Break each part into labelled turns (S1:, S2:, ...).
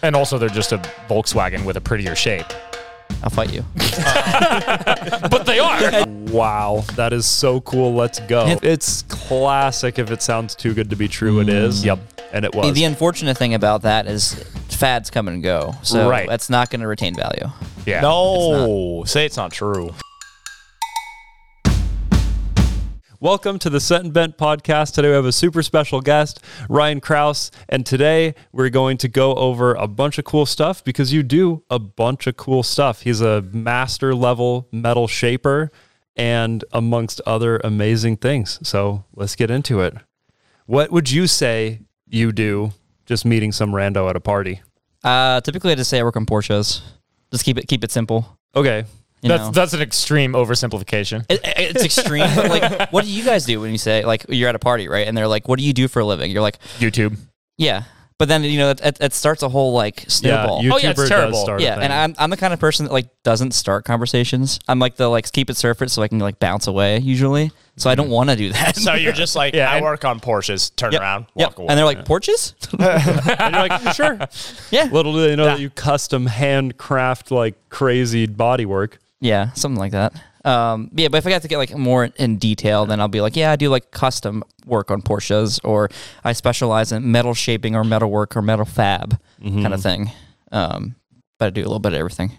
S1: And also, they're just a Volkswagen with a prettier shape.
S2: I'll fight you.
S1: But they are. wow, that is so cool. Let's go.
S3: It's classic. If it sounds too good to be true, it is.
S1: Yep.
S3: And it
S2: The-
S3: was.
S2: The unfortunate thing about that is fads come and go, so
S1: Right.
S2: that's not going to retain value.
S1: Yeah.
S4: No, say it's not true.
S3: Welcome to the Set and Bent podcast. Today we have a super special guest, Ryan Kraus, and today we're going to go over a bunch of cool stuff because you do a bunch of cool stuff. He's a master level metal shaper and amongst other amazing things. So, let's get into it. What would you say you do just meeting some rando at a party?
S2: Uh, typically, I just say I work on Porsches. Just keep it keep it simple.
S3: Okay.
S2: You
S1: That's
S2: know?
S1: that's an extreme oversimplification.
S2: It- it- it's extreme, but like, what do you guys do when you say like you're at a party, right? And they're like, "What do you do for a living?" You're like,
S1: YouTube.
S2: "Yeah," but then you know that, that, that starts a whole like snowball.
S3: YouTuber
S1: Oh, yeah, it's terrible.
S3: does start a
S2: yeah,
S3: thing.
S2: and I'm I'm the kind of person that like doesn't start conversations. I'm like the like keep it surface so I can like bounce away usually. So I don't want to do that.
S4: So you're just like,
S1: Yeah,
S4: I
S1: and-
S4: work on Porsches, turn around, walk
S2: Yep.
S4: away.
S2: And they're like, "Porches?"
S3: And you're like, sure.
S2: yeah.
S3: Little do they know that you custom handcraft like crazy body work.
S2: Yeah, something like that. Um, yeah, but if I got to get like more in detail, then I'll be like, yeah, I do like custom work on Porsches, or I specialize in metal shaping or metal work or metal fab
S4: Mm-hmm.
S2: kind of thing. Um, but I do a little bit of everything.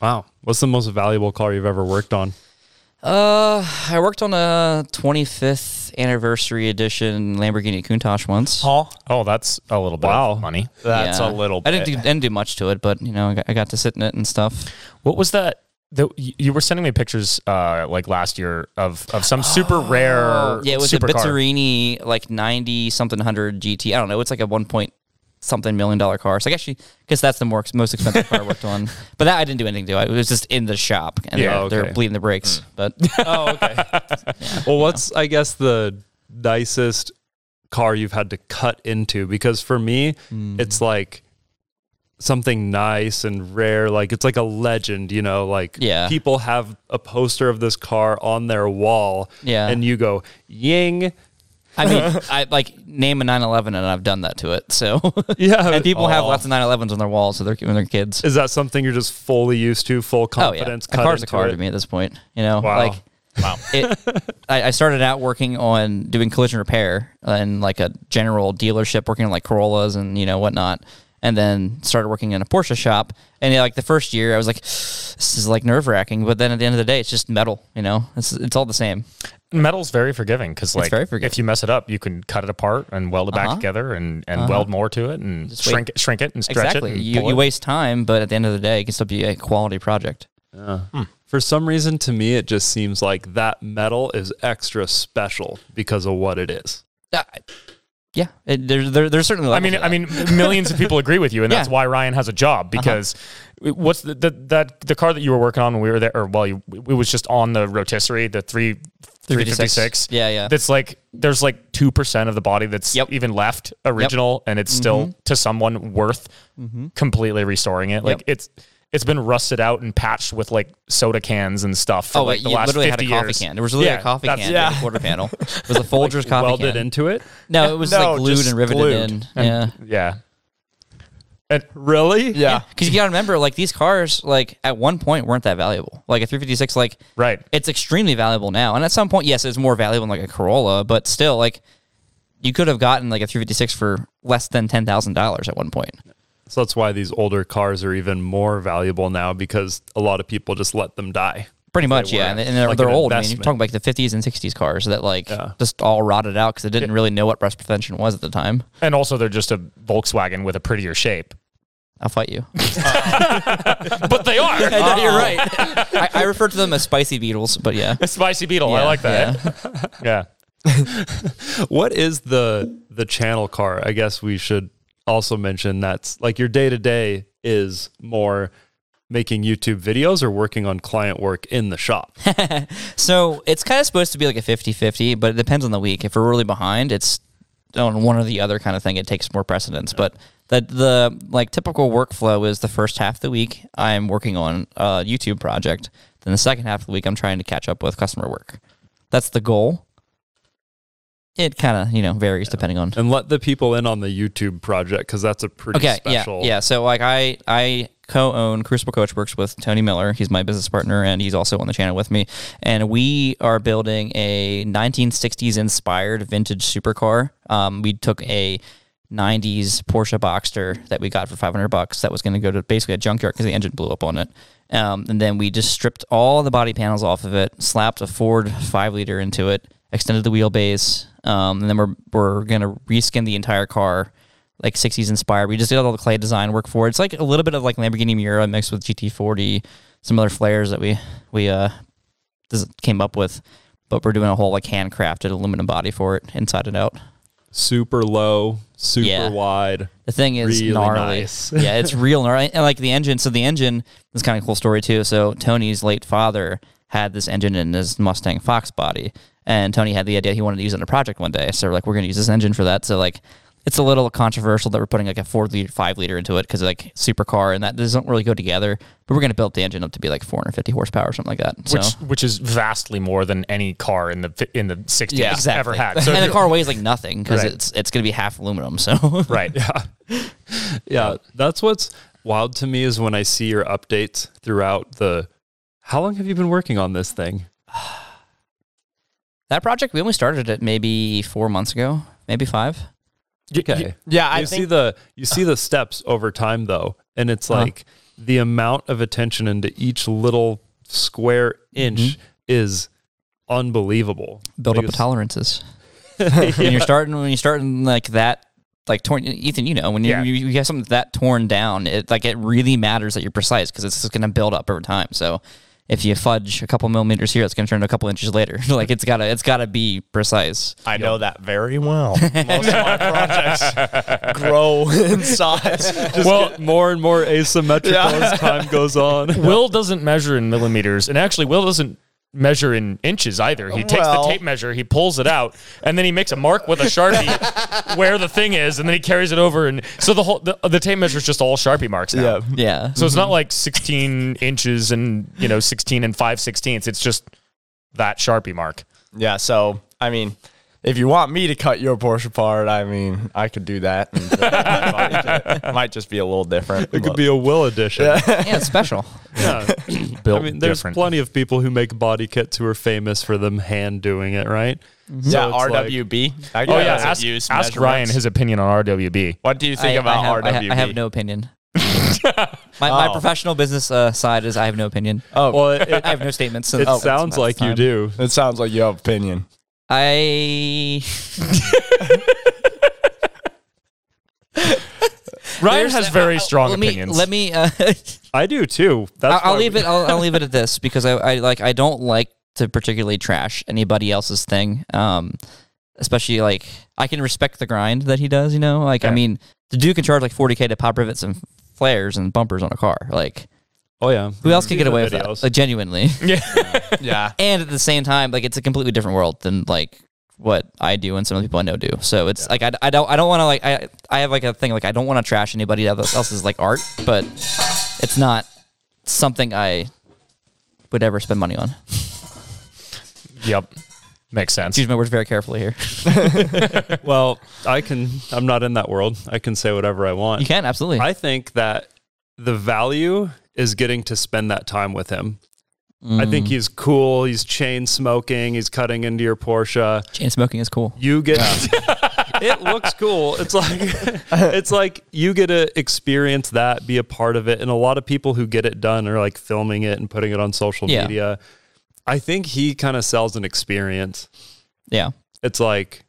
S3: Wow. What's the most valuable car you've ever worked on?
S2: Uh, I worked on a 25th anniversary edition Lamborghini Countach once.
S4: Paul,
S1: Oh, that's a little bit
S3: Wow.
S1: of money.
S4: that's
S2: Yeah.
S4: a little
S2: I
S4: bit.
S2: didn't do, didn't do much to it, but you know, I got, I got to sit in it and stuff.
S1: What was that? The, you you were sending me pictures uh, like last year of, of some super rare
S2: Uh, Yeah, it was a
S1: supercar.
S2: Bizzarini like ninety something hundred GT. I don't know. It's like a one point something million dollar car. So like actually, because that's the more ex- most expensive car I worked on. But that I didn't do anything to. It was just in the shop, and
S1: Yeah,
S2: they're,
S3: okay.
S2: they're bleeding the brakes. But
S3: Oh, okay. well, what's I guess the nicest car you've had to cut into? Because for me, it's like something nice and rare. Like it's like a legend, you know, like
S2: Yeah.
S3: people have a poster of this car on their wall.
S2: Yeah.
S3: And you go, Ying.
S2: I mean, I like name a nine eleven, and I've done that to it. So
S3: Yeah.
S2: and people have
S3: Aw.
S2: lots of nine elevens on their walls, so they're giving their kids.
S3: Is that something you're just fully used to, full
S2: Oh yeah,
S3: confidence?
S2: a
S3: cut
S2: car's a
S3: into
S2: car
S3: it?
S2: to me at this point. You know,
S3: Wow.
S2: like
S4: wow.
S2: it, I, I started out working on doing collision repair in like a general dealership, working on like Corollas and you know whatnot, and then started working in a Porsche shop. And yeah, like the first year, I was like, this is like nerve wracking. But then at the end of the day, it's just metal. You know, it's it's all the same.
S1: Metal's very forgiving because like
S2: very forgiving. Uh-huh.
S1: if you mess it up, you can cut it apart and weld it back together and, and weld more to it and
S2: wait.
S1: shrink it, shrink it and stretch it.
S2: exactly.
S1: and
S2: You
S1: pull
S2: you
S1: it.
S2: waste time, but at the end of the day, it can still be a quality project.
S3: For some reason, to me, it just seems like that metal is extra special because of what it is.
S2: Uh, yeah, it, there, there, there's certainly.
S1: I mean, I mean, millions of people agree with you, and that's
S2: Yeah.
S1: why
S2: Uh-huh.
S1: Ryan has a job because what's the, the that the car that you were working on when we were there, or well, you, it was just on the rotisserie, the three. 356.
S2: 356. Yeah, yeah.
S1: That's like there's like 2% of the body that's
S2: Yep. Mm-hmm.
S1: even left original and it's still to someone worth completely restoring it. Like
S2: Yep.
S1: it's it's been rusted out and patched with like soda cans and stuff for
S2: Oh,
S1: like
S2: wait,
S1: the
S2: you
S1: last 50
S2: literally had a coffee
S1: years.
S2: can. There was literally
S1: Yeah,
S2: a coffee
S1: that's-
S2: can yeah. a quarter panel. It was a Folgers coffee
S3: Welded
S2: can.
S3: into it?
S2: No, it was
S4: No,
S2: like glued
S4: just
S2: and riveted
S4: glued.
S2: in. yeah.
S1: Yeah.
S3: Really?
S4: yeah.
S2: Because you gotta remember, like these cars, like at one point weren't that valuable. Like a 356, like
S1: Right.
S2: it's extremely valuable now. And at some point, yes, it's more valuable than like a Corolla, but still, like you could have gotten like a 356 for less than ten thousand dollars at one point.
S3: So that's why these older cars are even more valuable now because a lot of people just let them die.
S2: Pretty much, yeah.
S3: were.
S2: And, and they're,
S3: Like
S2: they're
S3: an
S2: old. I mean, you're
S3: investment.
S2: talking about like the 50s and 60s cars that like just all rotted out because they didn't really know what rust prevention was at the time.
S1: And also they're just a Volkswagen with a prettier shape.
S2: I'll fight you.
S1: But they are.
S2: You're right. I, I refer to them as spicy beetles, but yeah.
S1: Spicy Beetle. I
S2: Yeah,
S1: like that. Yeah.
S3: What is the the channel car? I guess we should also mention that's like your day to day is more making YouTube videos or working on client work in the shop.
S2: So it's kind of supposed to be like a 50 50, but it depends on the week. If we're really behind, it's on one or the other kind of thing. It takes more precedence. But the, the like typical workflow is the first half of the week, I'm working on a YouTube project. Then the second half of the week, I'm trying to catch up with customer work. That's the goal. it kind of you know varies depending on
S3: And let the people in on the YouTube project because that's a pretty
S2: okay
S3: special.
S2: yeah yeah so like i i co-own crucible coachworks with tony miller he's my business partner and he's also on the channel with me and we are building a 1960s inspired vintage supercar um, we took a 90s porsche boxster that we got for 500 bucks that was going to go to basically a junkyard because the engine blew up on it um, and then we just stripped all the body panels off of it slapped a ford 5 liter into it extended the wheelbase um, and then we're, we're going to reskin the entire car like 60s inspired. We just did all the clay design work for it. It's like a little bit of like Lamborghini Miura mixed with GT40, some other flares that we we uh this came up with, but we're doing a whole like handcrafted aluminum body for it inside and out.
S3: Super low, super
S2: Yeah.
S3: wide.
S2: The thing is
S3: Really
S2: gnarly.
S3: nice.
S2: yeah, it's real gnarly. And like the engine, so the engine is kind of a cool story too. So Tony's late father had this engine in his Mustang Fox body, and Tony had the idea he wanted to use it in a project one day. So we're like, we're going to use this engine for that. So like, it's a little controversial that we're putting like a four liter, five liter into it because like supercar and that doesn't really go together. But we're going to build the engine up to be like 450 horsepower or something like that. So.
S1: which which is vastly more than any car in the fi- in the 60s
S4: Yeah,
S1: ever had. So
S2: and
S1: if
S2: the car weighs like nothing because
S1: Right.
S2: it's it's gonna be half aluminum. So
S1: you're- right.
S3: Yeah, that's what's wild to me is when I see your updates throughout the. How long have you been working on this thing?
S2: that project we only started it maybe four months ago, maybe five.
S3: Okay.
S4: Yeah, I
S3: you see
S4: think
S3: the you see the steps over time though, and it's
S2: Uh-huh.
S3: like the amount of attention into each little square inch is unbelievable.
S2: build up
S3: Because-
S2: the tolerances. When you're starting, when you're starting like that, like torn, Ethan, you know, when you,
S1: Yeah.
S2: you, you have something that torn down, it like it really matters that you're precise because it's just going to build up over time. So if you fudge a couple millimeters here, it's going to turn to a couple inches later. like it's gotta, it's gotta be precise.
S4: I know that very well. Most of my projects grow in size.
S3: Just get more and more asymmetrical as time goes on.
S1: Will doesn't measure in millimeters, and actually, Will doesn't measure in inches either. He takes
S4: Well-
S1: the tape measure, he pulls it out, and then he makes a mark with a sharpie where the thing is, and then he carries it over. And so the whole the, the tape measure is just all sharpie marks now.
S2: Yeah.
S1: So it's not like 16 inches and you know 16 and 5 sixteenths. It's just that sharpie mark.
S4: Yeah, so I mean, if you want me to cut your Porsche apart, I mean, I could do that. and build my body to it. might just be a little different.
S3: It could be a will edition.
S2: yeah, it's special.
S1: Built
S3: I mean, there's
S1: different.
S3: plenty of people who make body kits who are famous for them hand doing it, right?
S4: yeah,
S3: it's like-
S4: RWB. I
S1: Oh
S4: guess
S1: yeah,
S4: it
S1: ask,
S4: used
S1: ask Ryan
S4: measurements.
S1: his opinion on RWB.
S4: What do you think
S2: I,
S4: about
S2: I have, I ha-
S4: RWB?
S2: I have no opinion. my, my
S3: Oh.
S2: professional business uh, side is I have no opinion.
S3: Well, it, it,
S2: I have no statements. Oh,
S3: it sounds like you do.
S4: It sounds like you have opinion.
S2: I
S1: Ryan
S2: There's
S1: has
S2: the-
S1: very
S2: uh,
S1: strong
S2: let
S1: opinions.
S2: Me, let me. Uh,
S3: I do too. That's
S2: I'll, I'll
S3: why
S2: leave
S3: we-
S2: it. I'll, I'll leave it at this because I, I like. I don't like to particularly trash anybody else's thing. Um, especially like I can respect the grind that he does. You know, like I
S1: Yeah.
S2: mean, the dude can charge like forty k to pop rivets and flares and bumpers on a car. Like
S3: Oh yeah.
S1: Mm,
S2: who else can get
S3: the
S2: away with that?
S3: videos.
S2: Like, genuinely.
S4: Yeah.
S2: and at the same time, like it's a completely different world than like what I do and some of the people I know do. So it's like I, I don't I don't want to like I I have like a thing like I don't want to trash anybody else- else's like art, but it's not something I would ever spend money on.
S1: yep, makes sense.
S2: Use my words very carefully here.
S3: Well, I can. I'm not in that world. I can say whatever I want.
S2: You can absolutely.
S3: I think that the value is getting to spend that time with him. I
S2: Mm.
S3: think he's cool. He's chain smoking. He's cutting into your Porsche.
S2: Chain smoking is cool.
S3: You get it looks cool. It's like it's like you get to experience that, be a part of it. And a lot of people who get it done are like filming it and putting it on social
S2: Yeah.
S3: media. I think he kind of sells an experience.
S2: Yeah,
S3: It's like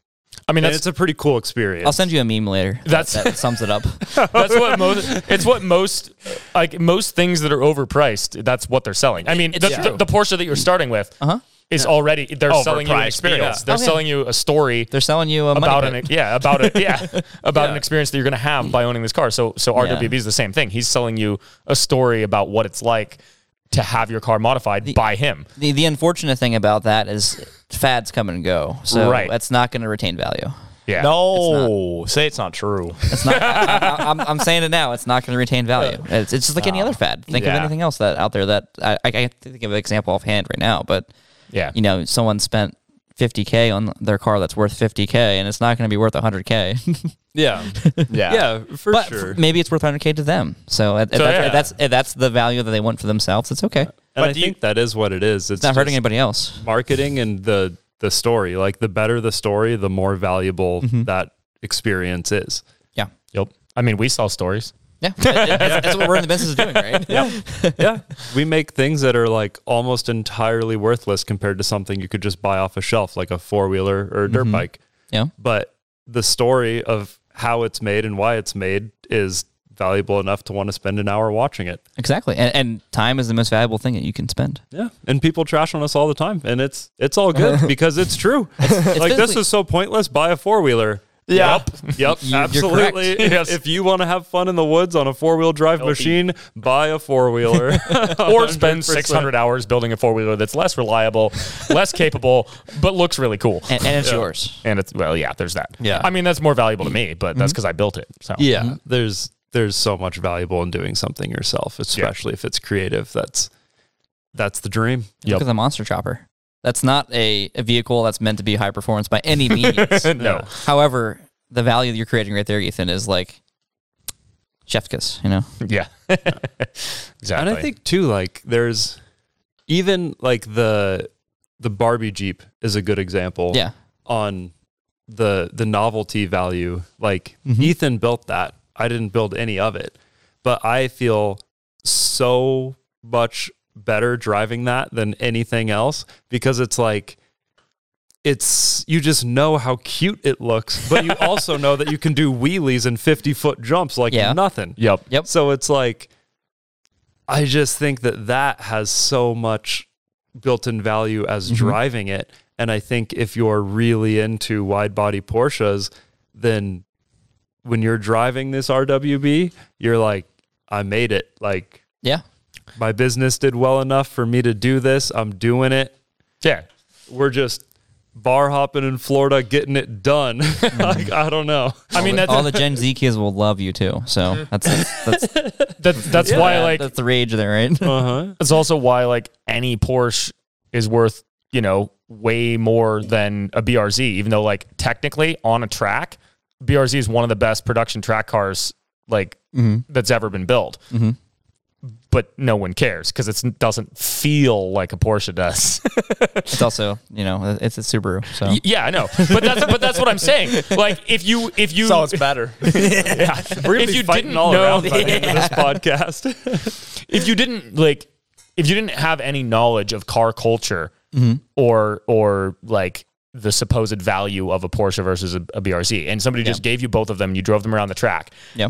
S1: I mean,
S3: and
S1: that's
S3: it's a pretty cool experience.
S2: I'll send you a meme later. That-
S1: That's-
S2: that sums it up.
S1: That's what most. It's what most like most things that are overpriced. That's what they're selling. I mean, the,
S2: It's
S1: the,
S2: true.
S1: the Porsche that you're starting with
S2: Uh-huh.
S1: is already they're selling you an
S4: Overpriced,
S1: experience.
S4: yeah.
S1: They're
S2: Oh, yeah.
S1: selling you a story
S2: They're selling you a
S1: about
S2: money
S1: an
S2: pit.
S1: yeah about it yeah about an experience that you're going to have by owning this car. So so RWB is the same thing. He's selling you a story about what it's like to have your car modified by him.
S2: The, the unfortunate thing about that is fads come and go, so
S1: Right.
S2: that's not going to retain value.
S1: Yeah.
S4: No, say it's not true.
S2: It's not. I, am I'm saying it now. It's not going to retain value. It's, it's just like any other fad. Think of
S1: yeah.
S2: anything else that out there that I, I can't think of an example offhand right now, but
S1: Yeah.
S2: you know, someone spent 50k on their car that's worth 50k, and it's not going to be worth 100k.
S3: Yeah.
S4: Yeah.
S3: yeah, for
S2: but
S3: sure.
S2: f- maybe it's worth 100k to them. So, if, if
S1: So,
S2: that's,
S1: yeah.
S2: if that's if that's the value that they want for themselves. It's okay. It's
S3: and I
S1: do you-
S3: think that is what it is. It's,
S2: not hurting
S3: just
S2: anybody else.
S3: marketing and the the story. Like the better the story, the more valuable
S2: Mm-hmm.
S3: that experience is.
S2: Yeah.
S1: Yep. I mean, we saw stories.
S2: Yeah, That- that's, that's what we're in the business of doing, right? Yeah,
S3: yeah. We make things that are like almost entirely worthless compared to something you could just buy off a shelf, like a four wheeler or a dirt bike.
S2: yeah,
S3: But the story of how it's made and why it's made is valuable enough to want to spend an hour watching it.
S2: exactly. And, and time is the most valuable thing that you can spend.
S3: Yeah. And people trash on us all the time. And it's it's all good because it's true. like this
S2: physically-
S3: is so pointless. Buy a four wheeler.
S4: Yeah.
S3: Yep. Yep.
S2: you're
S3: absolutely.
S2: correct.
S1: Yes.
S3: If you want to have fun in the woods on a four wheel drive machine, buy a four wheeler.
S1: Or spend 600 hours building a four wheeler that's less reliable, less capable, but looks really cool. And,
S2: And, and it's yours.
S1: it's, well, yeah, there's that.
S3: Yeah.
S1: I mean, that's more valuable to me, but that's because I built it. So,
S3: Yeah, there's there's so much valuable in doing something yourself, especially if it's creative. That's that's the dream.
S1: Yep.
S2: Look at the monster chopper. That's not a, a vehicle that's meant to be high performance by any means.
S1: no.
S2: However, the value that you're creating right there, Ethan, is like chef's kiss, you know?
S1: Yeah. exactly.
S3: And I think too, like there's even like the the Barbie Jeep is a good example.
S2: Yeah.
S3: On the the novelty value. Like Ethan built that. I didn't build any of it. But I feel so much better driving that than anything else because it's like it's you just know how cute it looks, but you also know that you can do wheelies and 50 foot jumps like
S2: Yeah.
S3: nothing.
S1: Yep.
S2: Yep.
S3: So it's like, I just think that that has so much built in value as driving it. And I think if you're really into wide body Porsches, then when you're driving this RWB, you're like, I made it. Like,
S2: Yeah.
S3: my business did well enough for me to do this. I'm doing it.
S1: Yeah.
S3: We're just bar hopping in Florida, getting it done. like, I don't know.
S1: I mean, that's,
S2: All the Gen Z kids will love you too. So that's that's, that's,
S1: that's, that's why, like,
S2: that's the rage there, right?
S3: Uh huh.
S1: That's also why like any Porsche is worth, you know, way more than a BRZ, even though like technically on a track, BRZ is one of the best production track cars like that's ever been built. But no one cares because it doesn't feel like a Porsche does.
S2: it's also, you know, it's a Subaru. So
S1: Y- yeah, I know, but that's but that's what I'm saying. Like if you if you
S4: So it's better.
S3: We're gonna
S1: if
S3: be
S1: you
S3: fighting
S1: didn't
S3: all
S1: know-
S3: around by the end of this podcast.
S1: if you didn't like if you didn't have any knowledge of car culture
S3: Mm-hmm.
S1: or or like the supposed value of a Porsche versus a, a BRZ and somebody just gave you both of them you drove them around the track
S2: yeah.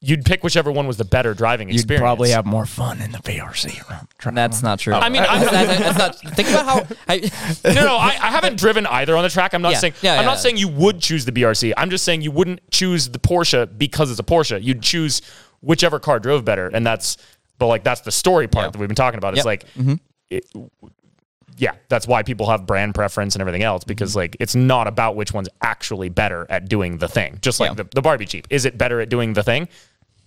S1: you'd pick whichever one was the better driving experience
S4: more fun in the BRC room.
S2: That's not true. I
S1: mean, I-
S2: that's, that's not. Think about how. I,
S1: no no I, I haven't driven either on the track I'm not
S2: Yeah.
S1: saying
S2: Yeah,
S1: I'm
S2: yeah.
S1: not saying you would choose the BRC I'm just saying you wouldn't choose the Porsche because it's a Porsche you'd choose whichever car drove better and that's but like that's the story part
S2: Yeah.
S1: that we've been talking about
S2: Yep. Mm-hmm.
S1: it's like yeah, that's why people have brand preference and everything else because
S2: Mm-hmm.
S1: like it's not about which one's actually better at doing the thing. Just like
S2: Yeah.
S1: the, the Barbie Jeep, is it better at doing the thing?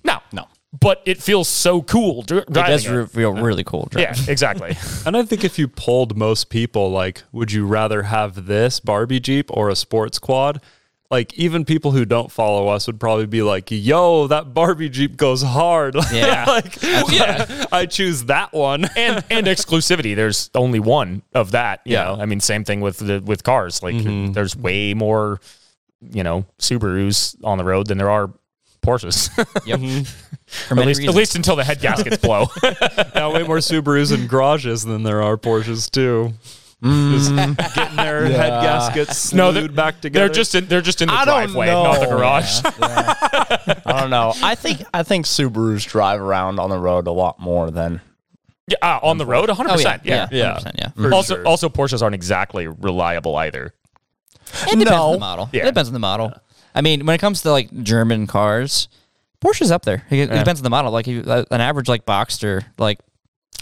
S1: No,
S2: No.
S1: But it feels so cool dri-
S2: it
S1: driving.
S2: does
S1: It
S2: re- feel really cool. Driving.
S1: yeah, exactly.
S3: And I think if you polled most people, like, would you rather have this Barbie Jeep or a sports quad? Like, even people who don't follow us would probably be like, yo, that Barbie Jeep goes hard.
S2: Yeah.
S3: like, yeah, I choose that one.
S1: and and exclusivity. There's only one of that. You
S3: Yeah.
S1: know, I mean, same thing with the with cars. Like there's way more, you know, Subarus on the road than there are Porsches.
S2: Yep. For
S1: Mm-hmm. at
S2: many
S1: least
S2: reasons.
S1: at least until the head gaskets blow.
S3: now, way more Subarus and garages than there are Porsches, too.
S4: Mm.
S3: Just getting their head gaskets
S1: No,
S3: no,
S1: they're-
S3: back together.
S1: they're just in, they're just in the
S4: I don't
S1: driveway,
S4: know.
S1: not the garage.
S4: I don't know. I think I think Subarus drive around on the road a lot more than
S1: Yeah, uh, on the road, 100%.
S2: Oh yeah.
S1: yeah.
S2: Yeah.
S3: Yeah.
S2: 100%, yeah.
S3: For
S1: Also,
S3: sure.
S1: also Porsches aren't exactly reliable either.
S2: It depends on
S4: No.
S2: the model.
S1: Yeah.
S2: It depends on the model. I mean, when it comes to like German cars, Porsche's up there. It, it depends on the model. Like you, uh, an average like Boxster, like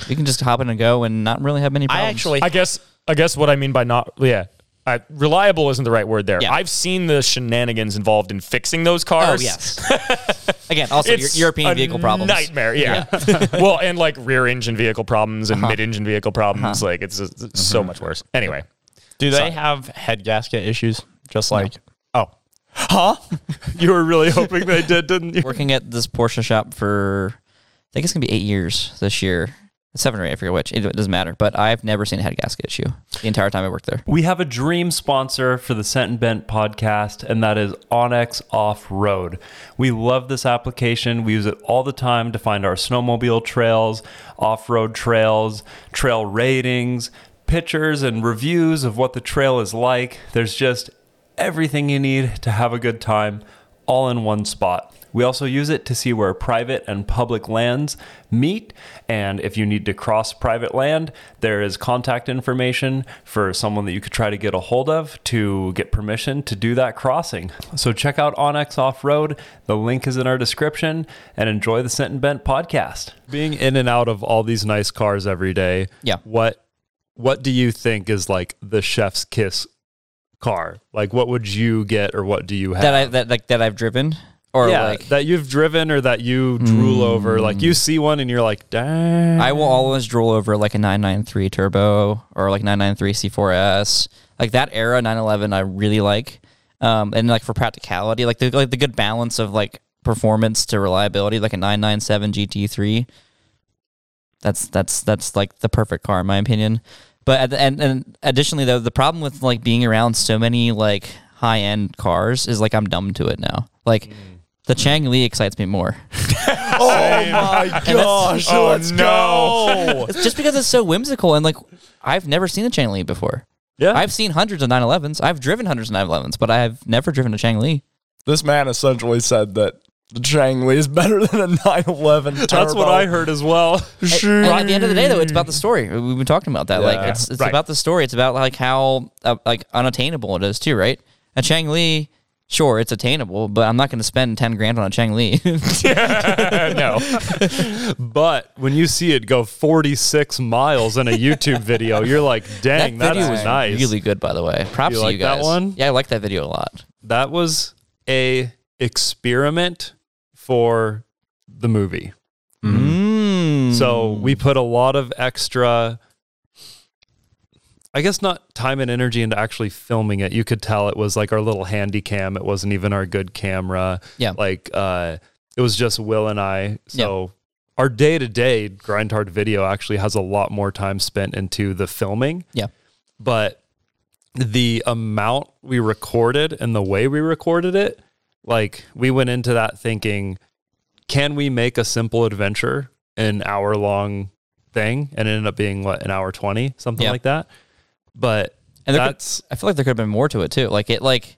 S2: you can just hop in and go and not really have many problems.
S1: I guess I guess what I mean by not yeah. Uh, reliable isn't the right word there.
S2: Yeah.
S1: I've seen the shenanigans involved in fixing those cars.
S2: oh yes. Again, also Eu-
S1: It's
S2: European
S1: a
S2: vehicle problems.
S1: Nightmare, yeah. well, and
S2: Uh-huh. Mm-hmm.
S1: like rear engine vehicle problems and mid engine vehicle problems. Like it's, just- it's so much worse. Anyway,
S4: Do they have head gasket issues? Just like oh, huh?
S3: You were really hoping they did, didn't you?
S2: working at this Porsche shop for I think it's gonna be eight years this year, seven or eight, I forget which. It doesn't matter. But I've never seen a head gasket issue the entire time I worked there.
S3: We have a dream sponsor for the Sent and Bent podcast, and that is Onyx Off Road. We love this application. We use it all the time to find our snowmobile trails, off road trails, trail ratings, pictures, and reviews of what the trail is like. There's just everything you need to have a good time all in one spot. We also use it to see where private and public lands meet. And if you need to cross private land, there is contact information for someone that you could try to get a hold of to get permission to do that crossing. So check out Onyx Off Road. The link is in our description and enjoy the Sent and Bent podcast.
S5: being in and out of all these nice cars every day
S2: Yeah.
S5: what what do you think is like the chef's kiss car like what would you get or what do you have
S2: That I that like that I've driven or
S5: yeah,
S2: like
S5: that you've driven or that you drool over like
S2: Mm.
S5: you see one and you're like dang
S2: I will always drool over like a 993 turbo or like 993 C4S. Like that era 911 I really like. Um, and like for practicality, like the like the good balance of like performance to reliability, like a 997 GT3. That's that's that's like the perfect car in my opinion. But at the, and and additionally though, the problem with like being around so many like high end cars is like I'm dumb to it now. Like the Chang Li excites me more.
S4: Gosh,
S1: Oh,
S4: let's go.
S2: It's just because it's so whimsical and like I've never seen a Chang Li before.
S5: Yeah.
S2: I've seen hundreds of 911s. I've driven hundreds of 911s, but I've never driven a Chang Li.
S4: this man essentially said that the Chang Li is better than a 911 turbo.
S5: that's what I heard as well.
S2: And at the end of the day, though, it's about the story. We've been talking about that. Like it's it's
S1: Right.
S2: about the story. It's about like how uh, like unattainable it is too, right? A Chang Li, sure, it's attainable, but I'm not going to spend ten grand on a Chang Li.
S1: no.
S5: But when you see it go 46 miles in a YouTube video, you're like, dang,
S2: that
S5: that
S2: video
S5: that's
S2: was
S5: nice.
S2: really good, by the way. Props to
S5: You
S2: you
S5: like that
S2: guys.
S5: one?
S2: Yeah, I like that video a lot.
S5: that was a experiment for the movie.
S2: Mm.
S5: So we put a lot of extra, I guess not time and energy into actually filming it. You could tell it was like our little handy cam. It wasn't even our good camera.
S2: Yeah.
S5: Like uh, it was just Will and I. So our day to day grind hard video actually has a lot more time spent into the filming.
S2: Yeah.
S5: But the amount we recorded and the way we recorded it, like we went into that thinking, can we make a simple adventure an hour long thing and it ended up being what an hour 20 something
S2: Yeah.
S5: like that but
S2: And there could-
S5: that's
S2: I feel like there could have been more to it too. Like it like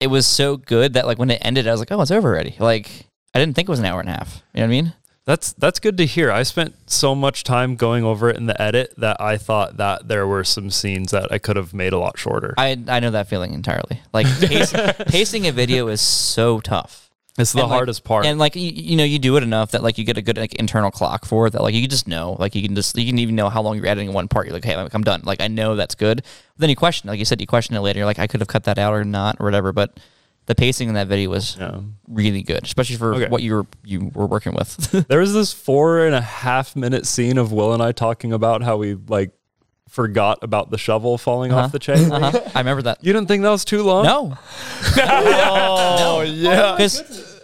S2: it was so good that like when it ended, I was like, oh, it's over already. Like I didn't think it was an hour and a half. You know what I mean?
S5: that's that's good to hear i spent so much time going over it in the edit that i thought that there were some scenes that i could have made a lot shorter
S2: I I know that feeling entirely. Like pace, pacing a video is so tough.
S5: it's the
S2: And, like-
S5: hardest part
S2: And like you, you know, you do it enough that like you get a good like internal clock for it that like you just know. Like you can just you can even know how long you're editing one part. You're like, hey, like, I'm done. Like I know that's good. But then you question, like you said, you question it later. You're like, I could have cut that out or not or whatever. But the pacing in that video was really good, especially for
S5: Okay.
S2: what you were you were working with.
S5: there was this four and a half minute scene of will and i talking about how we like forgot about the shovel falling off the chain
S2: Uh-huh. I remember that.
S5: you didn't think that was too long
S2: No,
S4: Oh yeah,
S2: because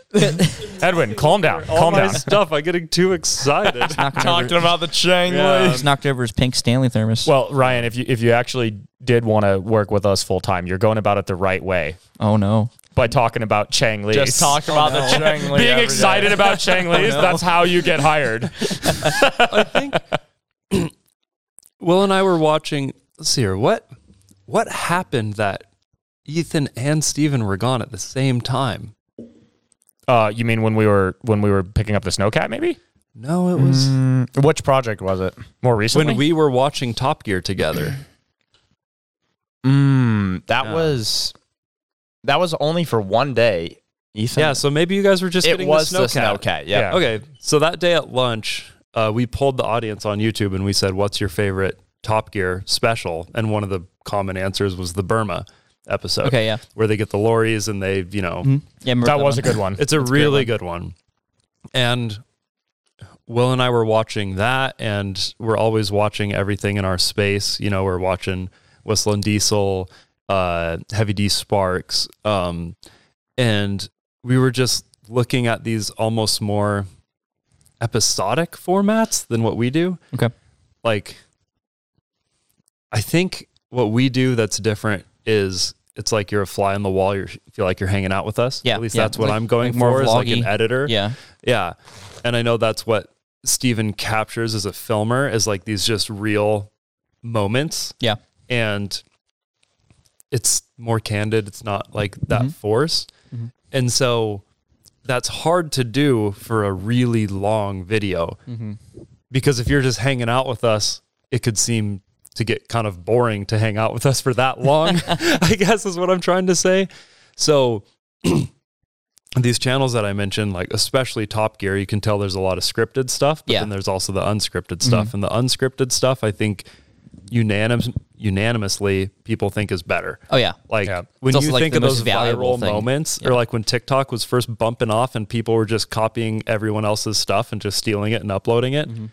S1: Edwin, calm down.
S5: all
S1: calm
S5: my
S1: down.
S5: stuff i getting too excited
S4: talking about the Chang Li.
S2: just knocked over his pink Stanley thermos.
S1: Well, Ryan, if you if you actually did want to work with us full time, you're going about it the right way
S2: oh no, Oh,
S1: by talking about Chang Li.
S4: Just talk about the Chang Li.
S1: Being
S4: every
S1: excited
S4: day.
S1: about Chang Li's, that's how you get hired.
S5: I think Will and I were watching. Let's see here. What what happened that Ethan and Steven were gone at the same time?
S1: Uh, you mean when we were when we were picking up the snowcat, maybe
S5: No, it was
S4: Which project was it?
S1: more recently?
S5: when we were watching Top Gear together.
S4: Mm, that
S5: Yeah.
S4: was that was only for one day. Ethan.
S5: yeah, so maybe you guys were just
S4: it
S5: getting
S4: was
S5: the
S4: the
S5: snowcat.
S4: snowcat. Yeah.
S1: Yeah.
S5: Okay, so that day at lunch, uh, we pulled the audience on YouTube and we said, "What's your favorite Top Gear special?" And one of the common answers was the Burma episode.
S2: Okay, yeah.
S5: where they get the lorries and they, you know,
S2: yeah, I remember
S1: that was
S2: one.
S1: a good one.
S5: It's a really good one. And Will and I were watching that, and we're always watching everything in our space. You know, we're watching Whistle and Diesel, uh, Heavy D Sparks, um, and we were just looking at these almost more episodic formats than what we do.
S2: Okay.
S5: Like, I think what we do that's different is it's like you're a fly on the wall. You feel like you're hanging out with us.
S2: Yeah,
S5: At least
S2: yeah.
S5: that's what
S2: Like-
S5: I'm going
S2: like more
S5: for. Is like an
S2: vloggy.
S5: editor.
S2: Yeah.
S5: Yeah. And I know that's what Steven captures as a filmer is like these just real moments.
S2: Yeah.
S5: And it's more candid. It's not like that
S2: Mhm.
S5: forced.
S2: Mhm.
S5: And so that's hard to do for a really long video
S2: Mm-hmm.
S5: because if you're just hanging out with us, it could seem to get kind of boring to hang out with us for that long, I guess is what I'm trying to say. So, these channels that I mentioned, like especially Top Gear, you can tell there's a lot of scripted stuff, but
S2: Yeah. Mm-hmm.
S5: then there's also the unscripted stuff. And the unscripted stuff, I think unanimous, unanimously, people think is better.
S2: Oh yeah.
S5: Like
S1: Yeah.
S5: when
S2: It's also,
S5: you
S2: like,
S5: think
S2: the
S5: of those
S2: most valuable
S5: viral
S2: thing.
S5: moments, or
S2: Yeah.
S5: like when TikTok was first bumping off and people were just copying everyone else's stuff and just stealing it and uploading it,
S2: Mm-hmm.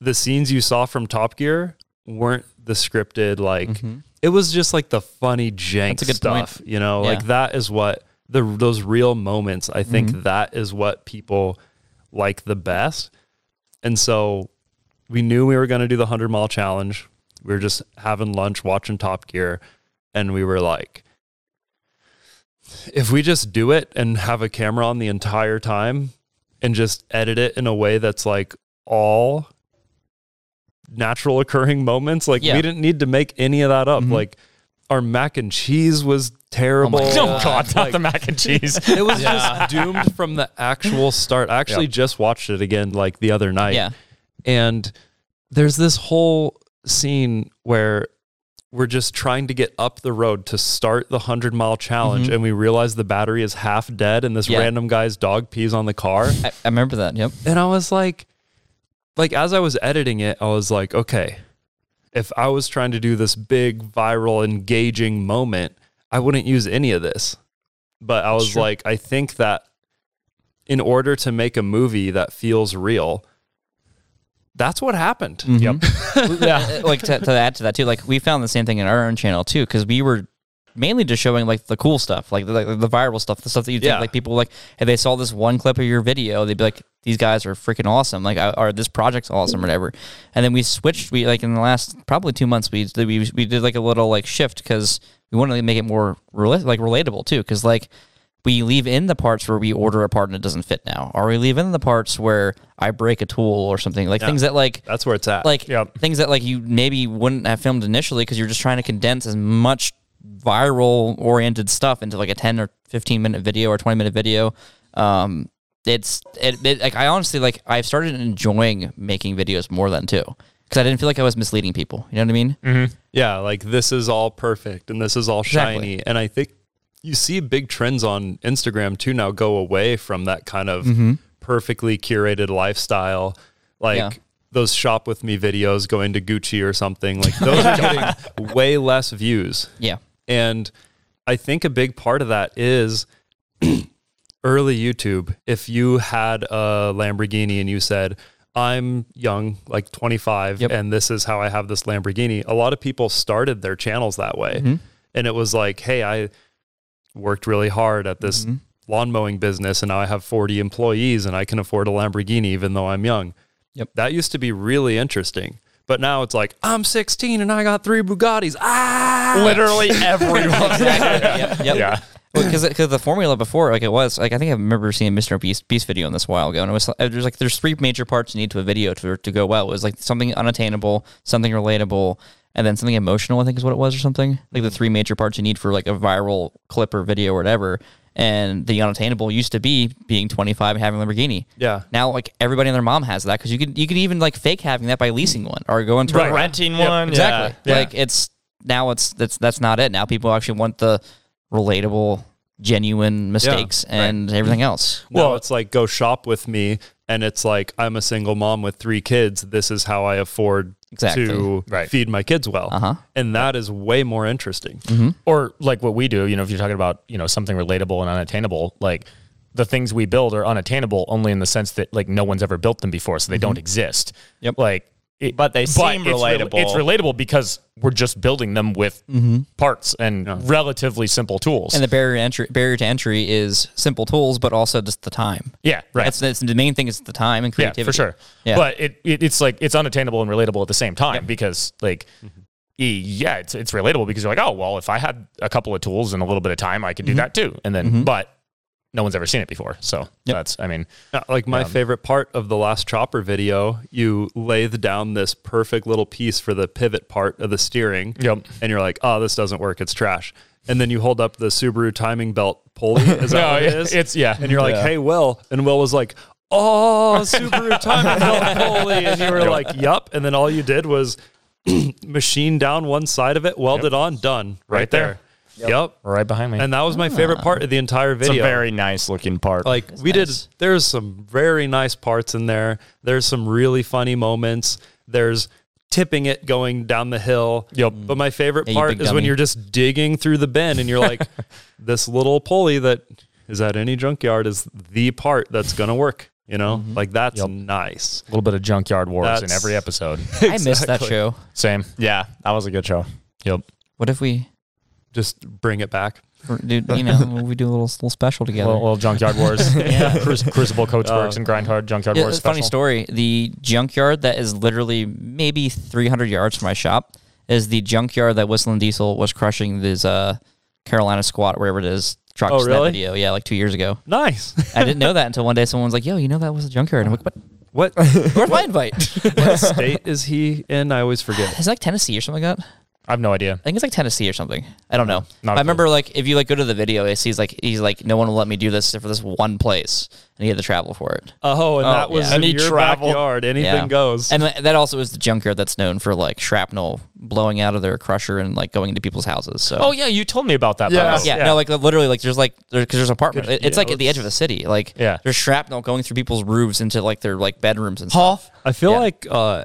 S5: the scenes you saw from Top Gear weren't the scripted. Like it was just like the funny jank
S2: Mm-hmm. That's a good point.
S5: stuff. You know,
S2: Yeah.
S5: like that is what the those real moments. I think
S2: Mm-hmm.
S5: that is what people like the best. And so we knew we were going to do the 100 mile challenge. We were just having lunch watching Top Gear. And we were like, if we just do it and have a camera on the entire time and just edit it in a way that's like all natural occurring moments, like
S2: Yeah.
S5: we didn't need to make any of that up. Like our mac and cheese was terrible.
S1: Oh
S2: Uh,
S1: God, not
S5: like-
S1: the mac and cheese.
S5: it was just doomed from the actual start. I actually just watched it again like the other night
S2: Yeah.
S5: and there's this whole scene where we're just trying to get up the road to start the 100 mile challenge and we realize the battery is half dead and this
S2: Yeah.
S5: random guy's dog pees on the car
S2: I, I remember that. Yep.
S5: and i was like like as i was editing it i was like okay if i was trying to do this big viral engaging moment i wouldn't use any of this but i was
S2: Sure.
S5: like i think that in order to make a movie that feels real that's what happened
S2: Yep. yeah. Uh, Like to, to add to that too, like we found the same thing in our own channel too, because we were mainly just showing like the cool stuff, like the, like the viral stuff, the stuff that you think
S5: Yeah.
S2: like people like if they saw this one clip of your video, they'd be like, these guys are freaking awesome, like I- or this project's awesome, or whatever. And then we switched. We like in the last probably two months, we we we did like a little like shift because we wanted to make it more rela- like relatable too, because like we leave in the parts where we order a part and it doesn't fit now, or we leave in the parts where I break a tool or something like things that like
S5: that's where it's at
S2: like
S1: Yep.
S2: things that like you maybe wouldn't have filmed initially because you're just trying to condense as much viral oriented stuff into like a 10 or 15 minute video or 20 minute video um it's it, it like i honestly like i've started enjoying making videos more than too because i didn't feel like i was misleading people you know what i mean
S5: yeah like this is all perfect and this is all shiny
S2: Exactly.
S5: and i think you see big trends on instagram too now go away from that kind of perfectly curated lifestyle like
S2: Mm-hmm. Yeah.
S5: those shop with me videos going to gucci or something like those are getting way less views
S2: yeah
S5: and I think a big part of that is early YouTube. If you had a Lamborghini and you said, I'm young, like 25,
S2: Yep.
S5: and this is how I have this Lamborghini, a lot of people started their channels that way.
S2: Mm-hmm.
S5: And it was like, hey, I worked really hard at this
S2: Mm-hmm.
S5: lawn mowing business and now I have 40 employees and I can afford a Lamborghini even though I'm young.
S2: Yep.
S5: That used to be really interesting. But now it's like, I'm 16 and I got three Bugattis. Ah!
S4: Literally everyone.
S2: exactly yep, yep.
S1: Yeah.
S2: because the formula before like it was like I think I remember seeing a Mr. Beast Beast video on this a while ago and it was uh, there's like there's three major parts you need to a video to to go well it was like something unattainable something relatable and then something emotional I think is what it was or something like the three major parts you need for like a viral clip or video or whatever and the unattainable used to be being 25 and having a Lamborghini
S5: Yeah.
S2: now like everybody and their mom has that because you could you could even like fake having that by leasing one or going to a rent
S4: Renting one.
S2: Exactly.
S4: Yeah.
S2: Like it's now it's that's that's not it. Now people actually want the relatable, genuine mistakes and everything else.
S5: Well, it's like go shop with me, and it's like I'm a single mom with three kids. This is how I afford
S2: Exactly.
S5: to
S1: Right.
S5: feed my kids well,
S2: Uh-huh. Mm-hmm.
S5: and that is way more interesting.
S1: or like what we do, you know, if you're talking about, you know, something relatable and unattainable, like the things we build are unattainable only in the sense that like no one's ever built them before,
S4: Mm-hmm.
S1: so they don't exist.
S2: Yep.
S1: Like, it,
S4: But they seem
S1: it's rel-
S4: relatable.
S1: it's relatable because we're just building them with
S4: Mm-hmm.
S1: parts and relatively simple tools.
S2: And the barrier entry barrier to entry is simple tools, but also just the time.
S1: yeah, right.
S2: That's, that's the main thing is the time and creativity.
S1: Yeah, for sure.
S2: Yeah.
S1: But it, it it's like it's unattainable and relatable at the same time because like
S2: Mm-hmm.
S1: e- yeah, it's it's relatable because you're like, oh well, if I had a couple of tools and a little bit of time, I could do
S2: Mm-hmm.
S1: that too. And then but no one's ever seen it before. So that's I mean
S5: Yeah, Uh, like my favorite part of the last chopper video, you lathe down this perfect little piece for the pivot part of the steering.
S1: Yep.
S5: And you're like, oh, this doesn't work. It's trash. And then you hold up the Subaru timing belt pulley. Is that what it
S1: it-
S5: is?
S1: it's yeah.
S5: and you're like, hey, Will. And Will was like, oh, Subaru timing belt pulley. And you were like, yup. And then all you did was machine down one side of it, weld it on, done. Right,
S1: Right there.
S5: there. Yup.
S1: right behind me.
S5: And that was my favorite part of the entire
S4: It's a
S5: video
S4: very nice looking part.
S5: like we
S2: nice.
S5: did there's some very nice parts in there there's some really funny moments there's tipping it going down the hill
S1: Yep.
S5: but my favorite
S2: Yeah, you
S5: part is
S2: big
S5: when
S2: dummy.
S5: you're just digging through the bin and you're like this little pulley that is at any junkyard is the part that's gonna work you know
S2: Mm-hmm.
S5: like that's nice
S1: a little bit of junkyard wars in
S5: That's-
S1: every episode.
S2: I missed that show.
S1: Same.
S4: yeah, that was a good show.
S1: Yep.
S2: What if we
S5: just bring it back
S2: do you know we do a little little special together?
S1: Little, little junkyard wars. yeah. Crucible Coach
S5: Oh.
S1: Works and Grind Hard Junkyard
S2: Yeah,
S1: Wars.
S2: it's a funny
S1: special.
S2: story. The junkyard that is literally maybe 300 yards from my shop is the junkyard that Whistling Diesel was crushing this uh, Carolina squat, wherever it is, trucks.
S5: Oh,
S2: in that
S5: really?
S2: video, yeah, like two years ago.
S5: nice
S2: I didn't know that until one day someone was like, "Yo, you know that was a junkyard." And I'm like, "What?
S5: what
S2: Where's my invite?"
S5: what state is he in i always forget
S2: it's like Tennessee or something like that.
S1: I have no idea.
S2: I think it's like Tennessee or something. I don't know.
S1: Not a
S2: I remember like if you like go to the video, it sees like he's like, "No one will let me do this except for this one place," and he had to travel for it.
S5: oh and
S2: Oh,
S5: that was
S2: yeah.
S5: in
S4: And he
S5: your
S4: traveled.
S5: backyard anything
S2: Yeah.
S5: goes
S2: And like, that also is the junkyard that's known for like shrapnel blowing out of their crusher and like going into people's houses. So
S1: Oh yeah, you told me about that. Yeah.
S2: yeah, no, like literally, like there's like because there's apartment. It, it's like at the edge of a city. Like
S1: Yeah.
S2: there's shrapnel going through people's roofs into like their like bedrooms and stuff.
S4: Paul,
S5: i feel
S2: Yeah.
S5: like uh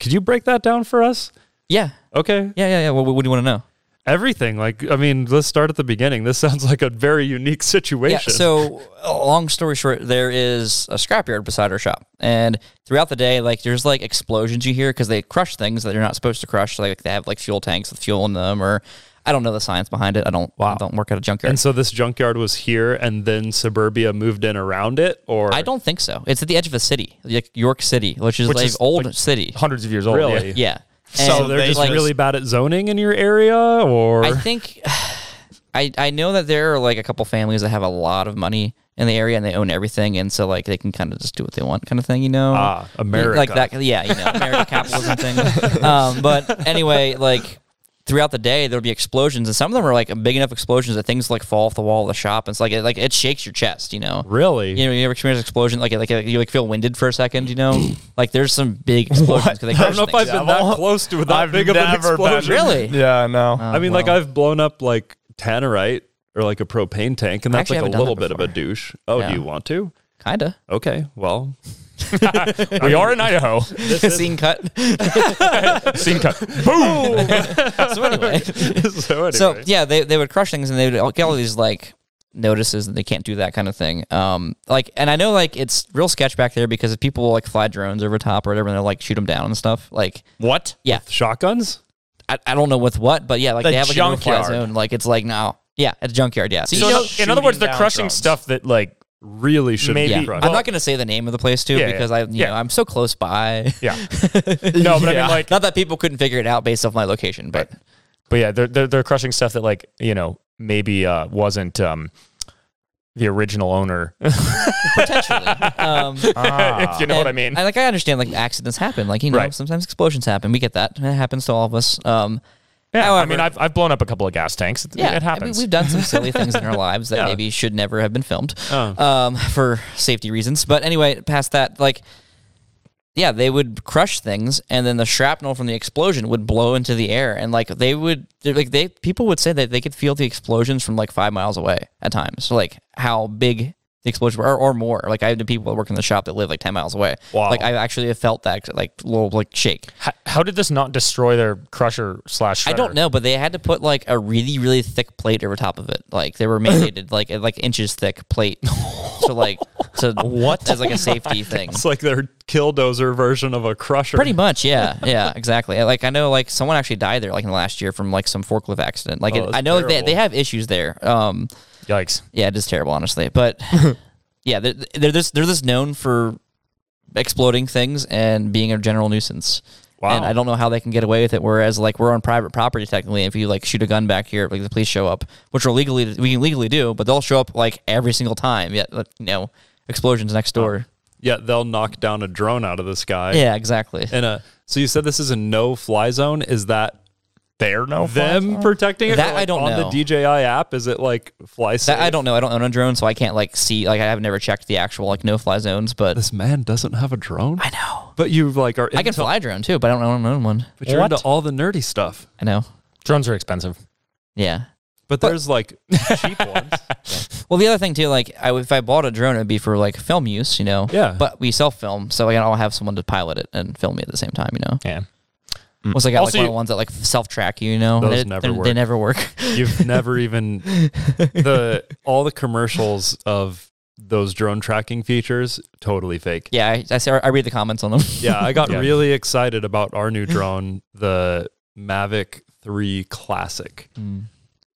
S5: could you break that down for us
S2: Yeah,
S5: okay
S2: yeah, yeah, yeah. What, what do you want to know?
S5: everything. Like, I mean, let's start at the beginning. This sounds like a very unique
S2: Yeah.
S5: situation.
S2: So uh, long story short, there is a scrapyard beside our shop, and throughout the day, like there's like explosions you hear because they crush things that they're not supposed to crush. So, like they have like fuel tanks with fuel in them, or I don't know the science behind it. I don't I don't work at a junkyard.
S5: and so this junkyard was here, and then suburbia moved in around it, or
S2: I don't think so. It's at the edge of a city, like York City, which is
S1: Which
S2: like
S1: is,
S2: old
S1: like,
S2: city.
S1: Hundreds of years old.
S5: Really?
S1: yeah.
S2: Yeah.
S4: So
S2: And,
S5: they're just
S2: like,
S5: really bad at zoning in your area, or
S2: I think I I know that there are like a couple families that have a lot of money in the area and they own everything and so like they can kind of just do what they want kind of thing, you know.
S5: Ah,
S2: Like
S5: America.
S2: that yeah, you know, American capitalism thing. Um, but anyway, like throughout the day there'll be explosions and some of them are like big enough explosions that things like fall off the wall of the shop and it's like it like it shakes your chest, you know.
S5: really,
S2: You know, you ever experience an explosion like like you like feel winded for a second, you know? like there's some big explosions because they
S5: I don't know if I've
S2: things.
S5: been that close to that
S4: I've
S5: big of an
S4: never been-
S5: explosion.
S2: Really?
S4: Yeah, no.
S5: I mean, like
S2: Wow.
S5: I've blown up like tannerite or like a propane tank, and
S2: I
S5: that's
S2: actually
S5: like a
S2: haven't done
S5: little
S2: that
S5: bit of a
S2: before.
S5: douche. Oh,
S2: Yeah.
S5: do you want to?
S2: Kinda.
S5: Okay, well,
S1: We are in Idaho.
S2: Scene cut.
S1: Scene cut.
S2: so anyway.
S5: so anyway,
S2: So yeah, they, they would crush things and they would get all these like notices that they can't do that kind of thing. Um, like, and I know like it's real sketch back there because people will like fly drones over top or whatever and they'll like shoot them down and stuff. Like,
S1: What?
S2: yeah,
S5: shotguns.
S2: I, I don't know with what, but yeah, like
S4: The
S2: they have like a fly
S4: junkyard.
S2: zone. Like it's like no, yeah, it's a junkyard. Yeah.
S1: So
S2: You know-
S1: in- in other words,
S4: shooting
S1: they're
S4: down
S1: crushing
S4: drones.
S1: stuff that like
S5: Really should
S1: Maybe-
S2: yeah,
S5: be
S1: you-
S5: crushed.
S2: I'm not gonna say the name of the place too
S1: Yeah,
S2: because
S1: yeah.
S2: I, you
S1: Yeah.
S2: know, I'm so close by.
S1: yeah. No, but I mean like
S2: Not that people couldn't figure it out based off my location, but
S1: but yeah, they're they're, they're crushing stuff that like, you know, maybe uh wasn't um the original owner.
S2: potentially. Um,
S4: Ah.
S1: if you know what I
S2: And-
S1: mean.
S2: And like I understand, like accidents happen. Like you know,
S1: Right.
S2: sometimes explosions happen. We get that. It happens to all of us. Um,
S1: yeah,
S2: however-
S1: I mean I've I've blown up a couple of gas tanks. It-
S2: yeah,
S1: it
S2: I mean,
S1: happens.
S2: we've done some silly things in our lives that maybe should never have been filmed,
S5: Oh.
S2: um, for safety reasons. But anyway, past that, like, yeah, they would crush things, and then the shrapnel from the explosion would blow into the air, and like they would, they're, like they people would say that they could feel the explosions from like five miles away at times. So like how big. The explosion, or, or more. Like I had people that work in the shop that live like ten miles away.
S5: Wow.
S2: Like I actually have felt that like little like shake.
S1: Ha- How did this not destroy their crusher slash?
S2: I
S1: shredder?
S2: don't know, but they had to put like a really, really thick plate over top of it. Like they were mandated, like like inches thick plate. So like to what as like a safety thing.
S5: It's like their killdozer version of a crusher.
S2: Pretty much, yeah, yeah, exactly. Like I know, like someone actually died there, like in the last year from like some forklift accident. Like Oh, it,
S5: that's
S2: I know like, they
S5: terrible.
S2: they have issues there. Um,
S1: Yikes!
S2: yeah, it is terrible, honestly. But yeah, they're they're just they're just known for exploding things and being a general nuisance. Wow. And I don't know how they can get away with it. Whereas, like, we're on private property technically. If you like shoot a gun back here, like the police show up, which are legally we can legally do, but they'll show up like every single time. Yeah, like, you know, explosions next door.
S5: Yet they'll knock down a drone out of the sky.
S2: Yeah, exactly.
S5: And a so you said this is a no fly zone. Is that
S1: They're no Oh.
S5: them protecting it? or,
S2: That I
S5: like,
S2: don't
S5: on
S2: know.
S5: the DJI app. Is it like fly safe?
S2: That, I don't know. I don't own a drone, so I can't like see. Like, I have never checked the actual like no fly zones, but
S5: This man doesn't have a drone.
S2: I know
S5: But you like are.
S2: I can
S5: into-
S2: fly a drone too, but I don't own own one.
S5: But you're
S1: What?
S5: into all the nerdy stuff.
S2: I know.
S1: drones are expensive.
S2: Yeah.
S5: But, there's like cheap ones.
S2: Well, the other thing too, like I, if I bought a drone, it'd be for like film use, you know.
S5: Yeah.
S2: But we self film, so like, I don't have someone to pilot it and film me at the same time, you know. Mm.
S1: Yeah.
S2: Once I got
S1: Also,
S2: like one
S1: you-
S2: of the ones that like self track you, you know.
S5: Those
S2: They-
S5: never
S2: they're- They
S5: work.
S2: never work.
S5: You've never even the all the commercials of those drone tracking features totally fake.
S2: yeah, I, I, see, I read the comments on them.
S5: Yeah, I got
S1: Yeah.
S5: really excited about our new drone, the Mavic 3 Classic.
S2: Mm.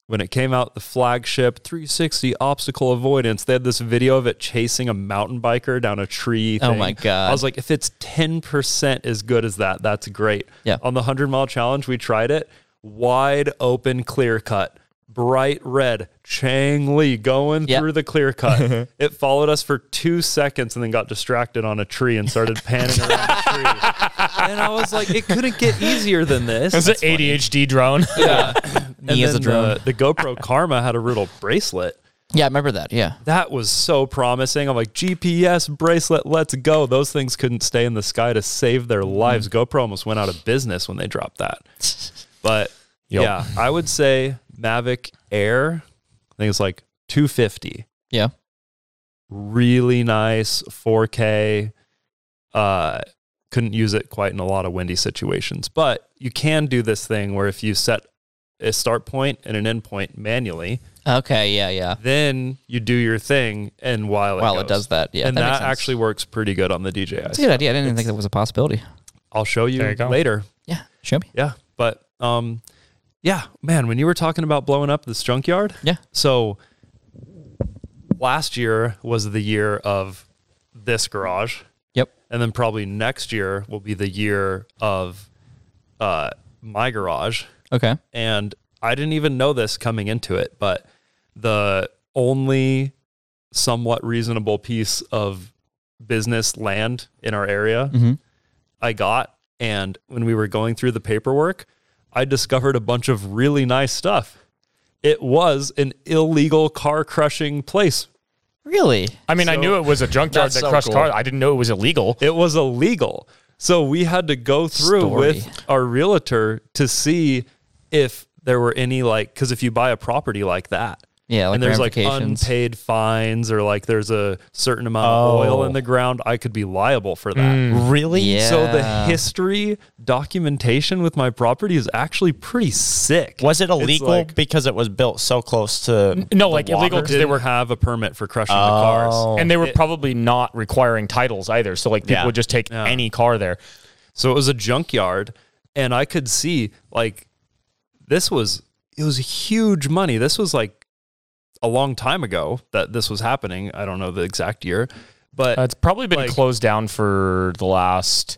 S5: When it came out, the flagship 360 obstacle avoidance, they had this video of it chasing a mountain biker down a tree.
S2: Oh
S5: thing.
S2: my God.
S5: I was like, if it's 10% as good as that, that's great.
S2: Yeah.
S5: On the 100 mile challenge, we tried it. Wide open clear cut, bright red, Chang Lee going
S2: Yeah.
S5: through the clear cut. it followed us for two seconds and then got distracted on a tree and started panning around the tree. And I was like, it couldn't get easier than this.
S1: Is it ADHD drone?
S5: And
S2: He is
S5: then
S2: a
S5: uh,
S2: drone.
S5: The, the GoPro Karma had a little bracelet.
S2: yeah, I remember that. Yeah.
S5: That was so promising. I'm like, GPS bracelet, let's go. Those things couldn't stay in the sky to save their lives.
S2: Mm.
S5: GoPro almost went out of business when they dropped that. But
S1: Yep.
S5: yeah, I would say Mavic Air, I think it's like 250.
S2: Yeah.
S5: Really nice 4K. Uh, couldn't use it quite in a lot of windy situations, but you can do this thing where if you set a start point and an end point manually,
S2: Okay. Yeah. Yeah.
S5: then you do your thing and while it
S2: While it
S5: goes.
S2: does that, yeah,
S5: and
S2: that makes
S5: that,
S2: sense.
S5: actually works pretty good on the DJI.
S2: It's a good idea. I didn't even think that was a possibility.
S5: I'll show you,
S1: There you go.
S5: later.
S2: Yeah. Show me.
S5: Yeah, but um, yeah, man, when you were talking about blowing up this junkyard,
S2: Yeah.
S5: So last year was the year of this garage,
S2: Yep.
S5: and then probably next year will be the year of uh, my garage.
S2: Okay.
S5: and I didn't even know this coming into it, but the only somewhat reasonable piece of business land in our area I got. And when we were going through the paperwork, I discovered a bunch of really nice stuff. It was an illegal car crushing place.
S2: Really?
S1: I mean, I knew it was a junkyard
S4: That's
S1: that
S4: so
S1: crushed
S4: cool.
S1: cars. I didn't know it was illegal.
S5: It was illegal. So we had to go through
S2: Story.
S5: with our realtor to see if there were any like because if you buy a property like that,
S2: Yeah. Like
S5: and there's like
S2: ramifications.
S5: unpaid fines or like there's a certain amount of oil in the ground, I could be liable for that.
S4: Really?
S2: yeah.
S5: So the history documentation with my property is actually pretty sick.
S4: Was it illegal
S5: like-
S4: because it was built so close to?
S1: No, like illegal
S5: Because
S1: because they were
S5: have a permit for crushing the cars.
S1: and they were probably not requiring titles either. So like people
S4: Oh. Yeah.
S1: would just take any car there.
S5: So it was a junkyard, and I could see like this was it was huge money. This was like a long time ago that this was happening. I don't know the exact year, but
S1: Uh, it's probably been
S5: Like-
S1: closed down for the last,